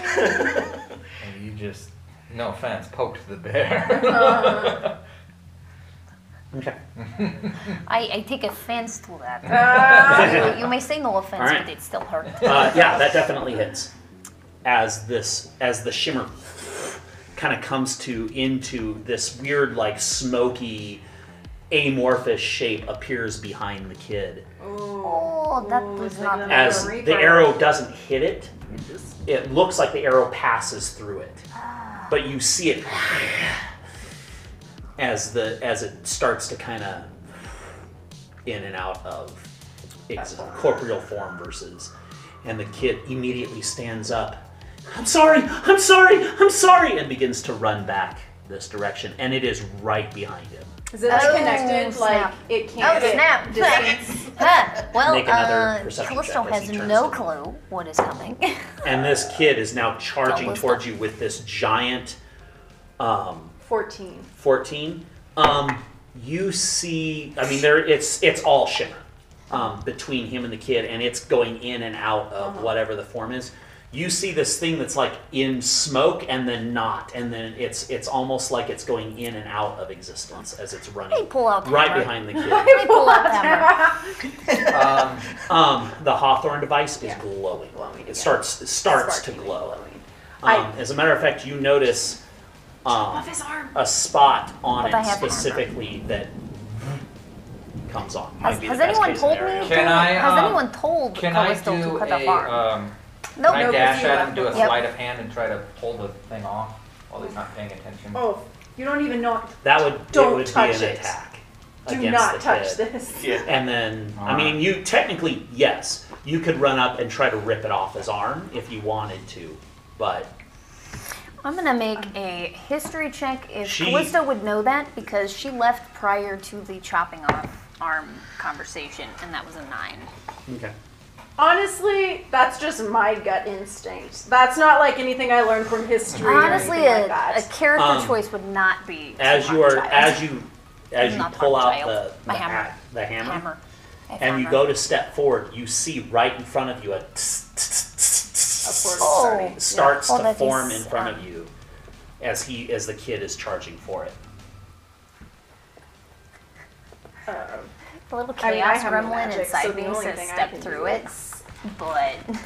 Speaker 6: And you just, no offense, poked the bear.
Speaker 2: Okay.
Speaker 3: I, I take offense to that. you, you may say no offense,
Speaker 2: Alright.
Speaker 3: but it still hurt.
Speaker 2: Uh, yeah, that definitely hits. As this, as the shimmer kind of comes to into this weird, like smoky, amorphous shape appears behind the kid.
Speaker 8: Oh.
Speaker 3: Oh, that
Speaker 8: Ooh,
Speaker 3: was
Speaker 8: it's
Speaker 3: not
Speaker 8: like a-
Speaker 2: As
Speaker 8: Reaper.
Speaker 2: the arrow doesn't hit it, it looks like the arrow passes through it, but you see it as the as it starts to kind of in and out of its corporeal form versus, and the kid immediately stands up I'm sorry, I'm sorry, I'm sorry, and begins to run back this direction, and it is right behind him.
Speaker 5: Is it like
Speaker 3: Oh,
Speaker 5: connected?
Speaker 3: snap.
Speaker 5: Like it
Speaker 3: Oh,
Speaker 5: can't.
Speaker 3: snap.
Speaker 5: Distance.
Speaker 3: Huh. Well,
Speaker 2: Make another
Speaker 3: uh,
Speaker 2: perception
Speaker 3: Callisto
Speaker 2: check as
Speaker 3: has
Speaker 2: he turns
Speaker 3: no
Speaker 2: to-
Speaker 3: clue what is coming.
Speaker 2: And this kid is now charging
Speaker 3: Almost
Speaker 2: towards you with this giant um,
Speaker 5: Fourteen.
Speaker 2: 14 um, you see i mean there it's it's all shimmer um, between him and the kid and it's going in and out of whatever the form is you see this thing that's like in smoke and then not and then it's it's almost like it's going in and out of existence as it's
Speaker 3: Let
Speaker 2: running
Speaker 3: me pull out the
Speaker 2: right
Speaker 3: hammer.
Speaker 2: behind the kid
Speaker 3: Let me pull out the hammer.
Speaker 6: Um,
Speaker 2: um, the hawthorn device is glowing it starts it starts to
Speaker 5: Sparkling.
Speaker 2: glow
Speaker 5: I-
Speaker 2: um, as a matter of fact you notice um, a spot on
Speaker 3: But I
Speaker 2: it
Speaker 3: have the hammer.
Speaker 2: specifically that comes on
Speaker 3: Has,
Speaker 7: be
Speaker 3: has
Speaker 7: the best
Speaker 3: anyone
Speaker 7: case
Speaker 3: told me?
Speaker 7: scenario.
Speaker 3: to-
Speaker 6: Can I,
Speaker 3: has
Speaker 6: um,
Speaker 3: anyone told
Speaker 6: can I
Speaker 3: Callisto to
Speaker 6: do
Speaker 3: cut
Speaker 6: a
Speaker 3: the arm?
Speaker 6: um,
Speaker 3: nope.
Speaker 6: can I
Speaker 5: No,
Speaker 6: dash
Speaker 5: because you
Speaker 6: at him, do a
Speaker 5: left.
Speaker 3: Yep.
Speaker 6: sleight of hand, and try to pull the thing off while he's not paying attention?
Speaker 5: Oh, you don't even know.
Speaker 2: That would
Speaker 5: Don't
Speaker 2: it would
Speaker 5: touch
Speaker 2: be an
Speaker 5: it.
Speaker 2: attack.
Speaker 5: Do
Speaker 2: against
Speaker 5: not
Speaker 2: the
Speaker 5: touch
Speaker 2: kid.
Speaker 5: this.
Speaker 7: Yeah.
Speaker 2: And then I mean you technically yes, you could run up and try to rip it off his arm if you wanted to, but
Speaker 3: I'm gonna make
Speaker 5: Um,
Speaker 3: a history check if
Speaker 2: She-
Speaker 3: Callisto would know that because she left prior to the chopping off arm conversation, and that was a nine.
Speaker 2: okay.
Speaker 5: Honestly, that's just my gut instinct. That's not like anything I learned from history. or
Speaker 3: Honestly,
Speaker 5: anything like
Speaker 3: a,
Speaker 5: that.
Speaker 3: a character
Speaker 2: Um,
Speaker 3: choice would not be to
Speaker 2: As
Speaker 3: harm
Speaker 2: you
Speaker 3: a
Speaker 2: are
Speaker 3: child.
Speaker 2: as you as you
Speaker 3: Not
Speaker 2: pull
Speaker 3: harm
Speaker 2: out
Speaker 3: child.
Speaker 2: the
Speaker 3: My
Speaker 2: the
Speaker 3: hammer.
Speaker 2: ha- the hammer,
Speaker 3: hammer, I
Speaker 2: and you
Speaker 3: hammer.
Speaker 2: go to step forward, you see right in front of you a tss, tss, tss, tss,
Speaker 5: portal
Speaker 2: tss,
Speaker 3: starting.
Speaker 2: starts
Speaker 3: Oh,
Speaker 2: to
Speaker 3: that
Speaker 2: form
Speaker 3: is,
Speaker 2: in front
Speaker 3: um,
Speaker 2: of you as he as the kid is charging for it.
Speaker 3: The little
Speaker 5: I
Speaker 3: chaos
Speaker 5: mean, I have no
Speaker 3: gremlin
Speaker 5: magic,
Speaker 3: inside
Speaker 5: so the
Speaker 3: me
Speaker 5: only
Speaker 3: says
Speaker 5: thing I
Speaker 3: step
Speaker 5: can
Speaker 3: through
Speaker 5: do
Speaker 3: it, but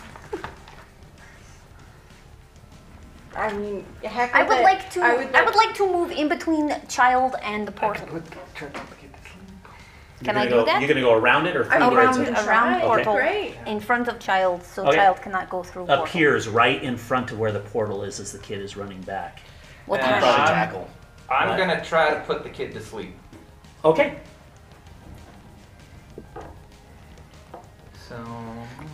Speaker 5: I mean, heck.
Speaker 3: I
Speaker 5: with
Speaker 3: would
Speaker 5: it.
Speaker 3: like to.
Speaker 5: I would like,
Speaker 3: to move in between child and the portal.
Speaker 2: You're
Speaker 3: Can
Speaker 2: gonna
Speaker 3: I do
Speaker 2: go,
Speaker 3: that?
Speaker 2: You're gonna go around it or through where it's
Speaker 3: around
Speaker 5: it.
Speaker 2: a-
Speaker 3: around
Speaker 5: Right,
Speaker 3: portal
Speaker 5: great.
Speaker 3: in front of child, so
Speaker 2: Okay.
Speaker 3: child cannot go through portal.
Speaker 2: appears right in front of where the portal is as the kid is running back.
Speaker 3: What
Speaker 6: And
Speaker 3: time?
Speaker 2: Probably
Speaker 6: I'm-
Speaker 2: tackle.
Speaker 6: I'm
Speaker 2: Right.
Speaker 6: gonna try to put the kid to sleep.
Speaker 2: Okay.
Speaker 6: So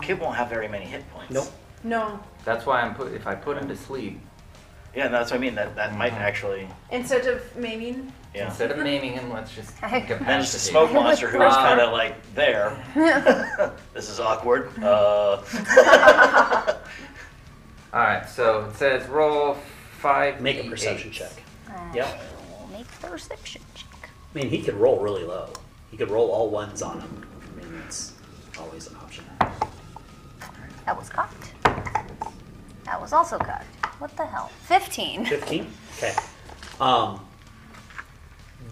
Speaker 7: Kid won't have very many hit points.
Speaker 2: Nope.
Speaker 5: No.
Speaker 6: that's why I'm put. If I put him to sleep
Speaker 7: Yeah, that's what I mean. That that
Speaker 2: Mm-hmm.
Speaker 7: might actually.
Speaker 5: Instead of maiming.
Speaker 7: Yeah.
Speaker 6: instead of naming him, let's just
Speaker 7: And it's
Speaker 6: incapacitate.
Speaker 7: the smoke monster who was
Speaker 6: Uh,
Speaker 7: kind of like there. this is awkward. Uh,
Speaker 6: All right. So it says roll five.
Speaker 2: Make a perception check.
Speaker 3: I
Speaker 2: Yep.
Speaker 3: will Make the perception check.
Speaker 2: I mean, he could roll really low. He could roll all ones on him. I mean, that's always an option.
Speaker 3: That was cocked. That was also cocked. What the hell? Fifteen.
Speaker 2: 15? Okay. Um,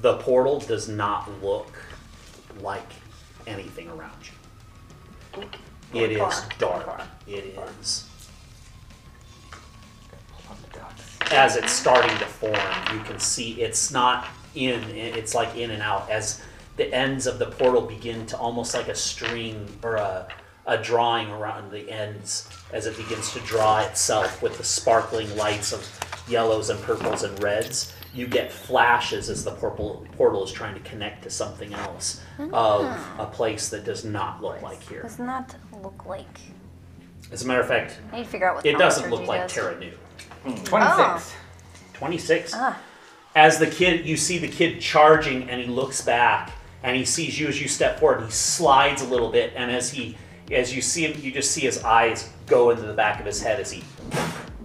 Speaker 2: the portal does not look like anything around you. It is dark. It is. As it's starting to form, you can see it's not in, it's like in and out. As the ends of the portal begin to almost like a string or a, a drawing around the ends as it begins to draw itself with the sparkling lights of yellows and purples and reds. You get flashes as the portal, portal is trying to connect to something else of a place that does not look like here.
Speaker 3: Does not look like.
Speaker 2: As a matter of fact,
Speaker 3: I need to figure out what
Speaker 2: it doesn't
Speaker 3: thaumaturgy
Speaker 2: look like
Speaker 3: does.
Speaker 2: Terra New.
Speaker 6: Twenty-six.
Speaker 2: 26.
Speaker 3: Ah.
Speaker 2: As the kid, you see the kid charging and he looks back and he sees you as you step forward and he slides a little bit. And as he, as you see him, you just see his eyes go into the back of his head as he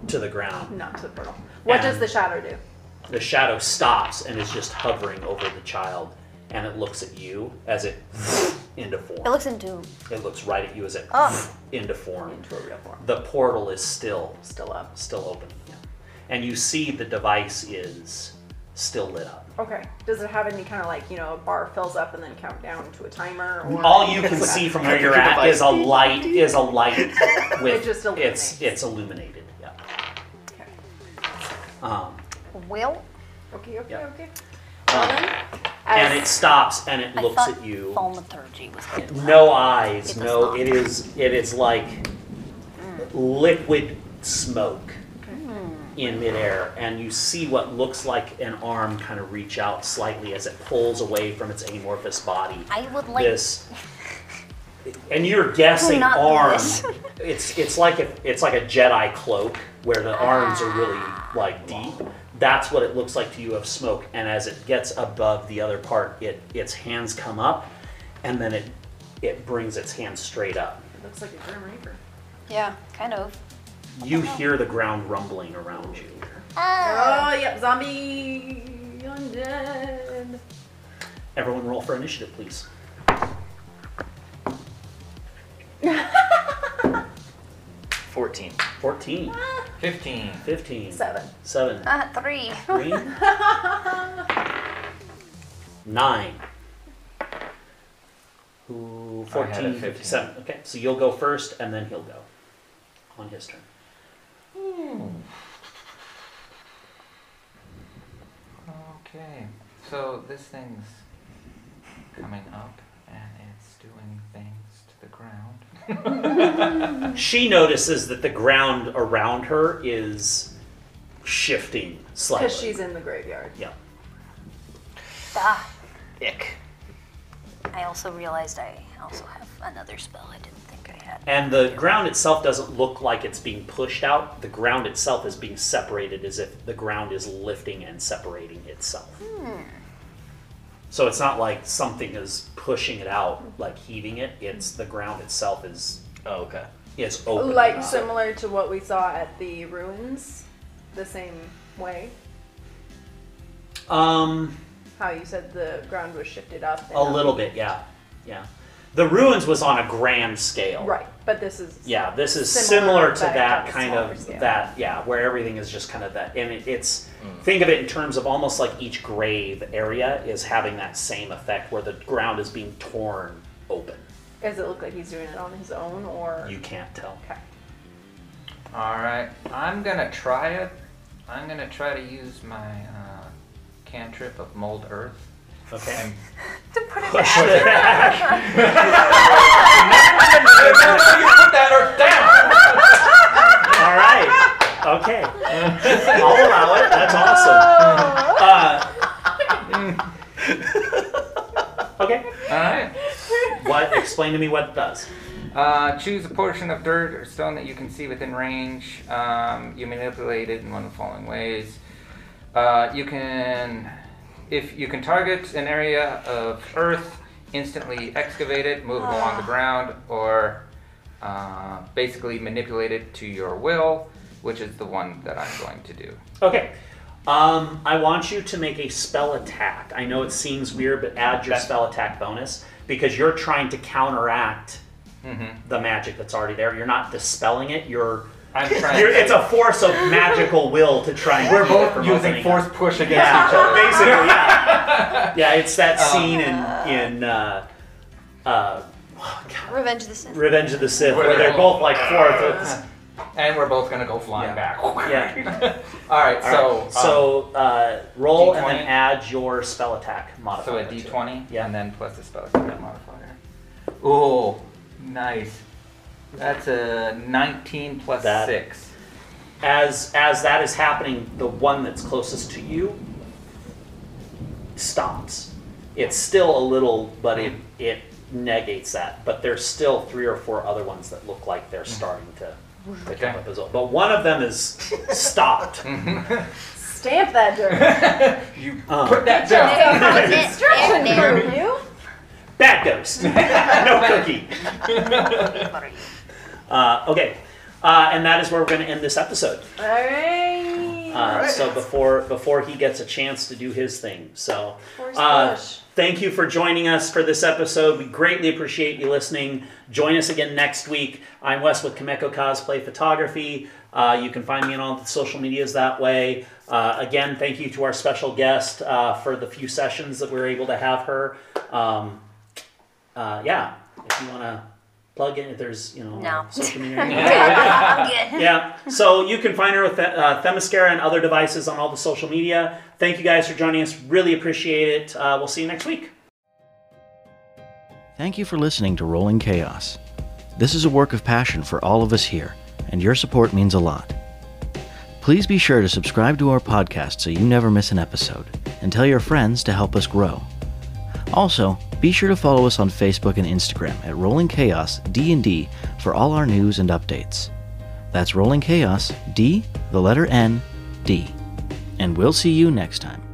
Speaker 2: to the ground.
Speaker 5: Not to the portal. What does
Speaker 2: And-
Speaker 5: the shadow do?
Speaker 2: The shadow stops and is just hovering over the child and it looks at you as it into
Speaker 3: It
Speaker 2: form.
Speaker 3: looks into.
Speaker 2: It looks right at you as it
Speaker 3: Oh.
Speaker 2: into form.
Speaker 5: To a real form.
Speaker 2: The portal is still still up, still open. And you see the device is still lit up.
Speaker 5: Okay. Does it have any kind of like you know a bar fills up and then count down to a timer? Or
Speaker 2: All you can see from where you're at is a light. Is a light with
Speaker 5: It just
Speaker 2: it's
Speaker 5: illuminates.
Speaker 2: it's illuminated. Yeah.
Speaker 5: Okay.
Speaker 2: Um,
Speaker 3: Will
Speaker 5: Okay. Okay.
Speaker 2: Yeah.
Speaker 5: Okay. Well then, as-
Speaker 2: and it stops and it
Speaker 3: I
Speaker 2: looks
Speaker 3: thought
Speaker 2: at you.
Speaker 3: thaumaturgy was good.
Speaker 2: No eyes.
Speaker 3: It does
Speaker 2: no.
Speaker 3: not.
Speaker 2: It is it is like liquid smoke in midair, and you see what looks like an arm kind of reach out slightly as it pulls away from its amorphous body.
Speaker 3: I would like
Speaker 2: this and you're guessing
Speaker 3: not do
Speaker 2: arm
Speaker 3: this.
Speaker 2: it's it's like a, it's like a jedi cloak where the arms are really like deep. That's what it looks like to you of smoke. And as it gets above the other part, it its hands come up, and then it it brings its hands straight up.
Speaker 8: It looks like a Grim Reaper.
Speaker 3: Yeah, kind of.
Speaker 2: You hear the ground rumbling around you.
Speaker 3: Uh.
Speaker 8: Oh, yep, zombie undead.
Speaker 2: Everyone, roll for initiative, please.
Speaker 7: Fourteen.
Speaker 2: 14,
Speaker 6: 15.
Speaker 2: 15,
Speaker 5: Seven.
Speaker 2: 7,
Speaker 3: Uh, three.
Speaker 2: Three. Nine. Who?
Speaker 6: I had
Speaker 2: 14,
Speaker 6: a 15.
Speaker 2: 57. Okay, so you'll go first, and then he'll go on his turn.
Speaker 6: Okay. So this thing's coming up and it's doing things to the ground.
Speaker 2: She notices that the ground around her is shifting slightly.
Speaker 5: Because she's in the graveyard.
Speaker 2: yeah.
Speaker 3: Duh.
Speaker 7: Ick.
Speaker 3: Ah. I also realized I also have another spell I didn't think I had.
Speaker 2: And the ground itself doesn't look like it's being pushed out. The ground itself is being separated as if the ground is lifting and separating itself.
Speaker 7: Hmm.
Speaker 2: So it's not like something is pushing it out, like heaving it. It's the ground itself is
Speaker 7: Oh, okay.
Speaker 2: is open.
Speaker 5: Like
Speaker 2: up.
Speaker 5: similar to what we saw at the ruins, the same way.
Speaker 2: um
Speaker 5: How you said the ground was shifted up. and
Speaker 2: a
Speaker 5: up.
Speaker 2: little bit, yeah. Yeah. The ruins was on a grand scale.
Speaker 5: Right, but this is.
Speaker 2: Yeah, this is similar, to
Speaker 5: Similar effect
Speaker 2: that
Speaker 5: on a
Speaker 2: kind
Speaker 5: smaller
Speaker 2: of
Speaker 5: scale.
Speaker 2: that yeah, where everything is just kind of that, and it, it's think of it in terms of almost like each grave area is having that same effect where the ground is being torn open.
Speaker 5: Does it look like he's doing it on his own or?
Speaker 2: You can't tell.
Speaker 5: Okay.
Speaker 6: Alright. I'm gonna try it. I'm gonna try to use my uh, cantrip of mold earth.
Speaker 2: Okay,
Speaker 3: To put it
Speaker 2: push it back.
Speaker 6: you put that earth down!
Speaker 2: All right, okay, I'll allow it. That's awesome.
Speaker 5: Oh.
Speaker 2: Uh, okay,
Speaker 6: Alright.
Speaker 2: what? Explain to me what it does.
Speaker 6: Uh, choose a portion of dirt or stone that you can see within range. Um, you manipulate it in one of the following ways. Uh, you can, if you can target an area of earth, instantly excavate it, move it along the ground, or uh, basically manipulate it to your will, which is the one that I'm going to do.
Speaker 2: Okay. Um, I want you to make a spell attack. I know it seems weird, but add your spell attack bonus because you're trying to counteract
Speaker 6: Mm-hmm.
Speaker 2: the magic that's already there. You're not dispelling it. You're,
Speaker 6: I'm trying.
Speaker 2: you're it's a force of magical will to try and
Speaker 6: we're
Speaker 2: keep it
Speaker 6: both
Speaker 2: from
Speaker 6: using
Speaker 2: opening
Speaker 6: force
Speaker 2: up.
Speaker 6: push against each
Speaker 2: Yeah,
Speaker 6: other. Oh.
Speaker 2: basically, yeah, yeah. It's that scene in in uh, uh,
Speaker 3: Revenge of the Sith.
Speaker 2: Revenge of the Sith where they're both like fourth.
Speaker 6: And we're both gonna go flying back.
Speaker 2: Yeah.
Speaker 6: All right. so um,
Speaker 2: so uh, roll and then
Speaker 6: D20?
Speaker 2: add your spell attack
Speaker 6: So a
Speaker 2: modifier. to it.
Speaker 6: d20,
Speaker 2: Yeah.
Speaker 6: and then plus the spell attack modifier. Ooh, nice. That's a 19 plus
Speaker 2: That-
Speaker 6: 6.
Speaker 2: as as that is happening, the one that's closest to you stops. It's still a little, but it it negates that. But there's still three or four other ones that look like they're starting to, to
Speaker 6: Mm-hmm. Okay. Mm.
Speaker 2: come up as well. But one of them is stopped.
Speaker 5: Stamp that dirt.
Speaker 6: You
Speaker 2: Um,
Speaker 6: put that down.
Speaker 3: Nailed it, nailed it.
Speaker 5: For you?
Speaker 2: Bad ghost. no cookie. Uh, okay, uh, and that is where we're going to end this episode.
Speaker 5: Alright.
Speaker 2: Uh, So before before he gets a chance to do his thing, so
Speaker 5: Force
Speaker 2: uh,
Speaker 5: push.
Speaker 2: thank you for joining us for this episode. We greatly appreciate you listening. Join us again next week. I'm Wes with Kameko Cosplay Photography. Uh, you can find me on all the social medias that way. Uh, again, thank you to our special guest uh, for the few sessions that we were able to have her. Um, uh, yeah, if you want to plug in, if there's you know
Speaker 3: No.
Speaker 2: social media. or anything.
Speaker 3: I'm good.
Speaker 2: Yeah. So you can find her with uh, Themyscira and other devices on all the social media. Thank you guys for joining us. Really appreciate it. Uh, we'll see you next week.
Speaker 1: Thank you for listening to Rolling Chaos. This is a work of passion for all of us here, and your support means a lot. Please be sure to subscribe to our podcast so you never miss an episode, and tell your friends to help us grow. Also, be sure to follow us on Facebook and Instagram at Rolling Chaos D&D for all our news and updates. That's Rolling Chaos, D, the letter N, D. And we'll see you next time.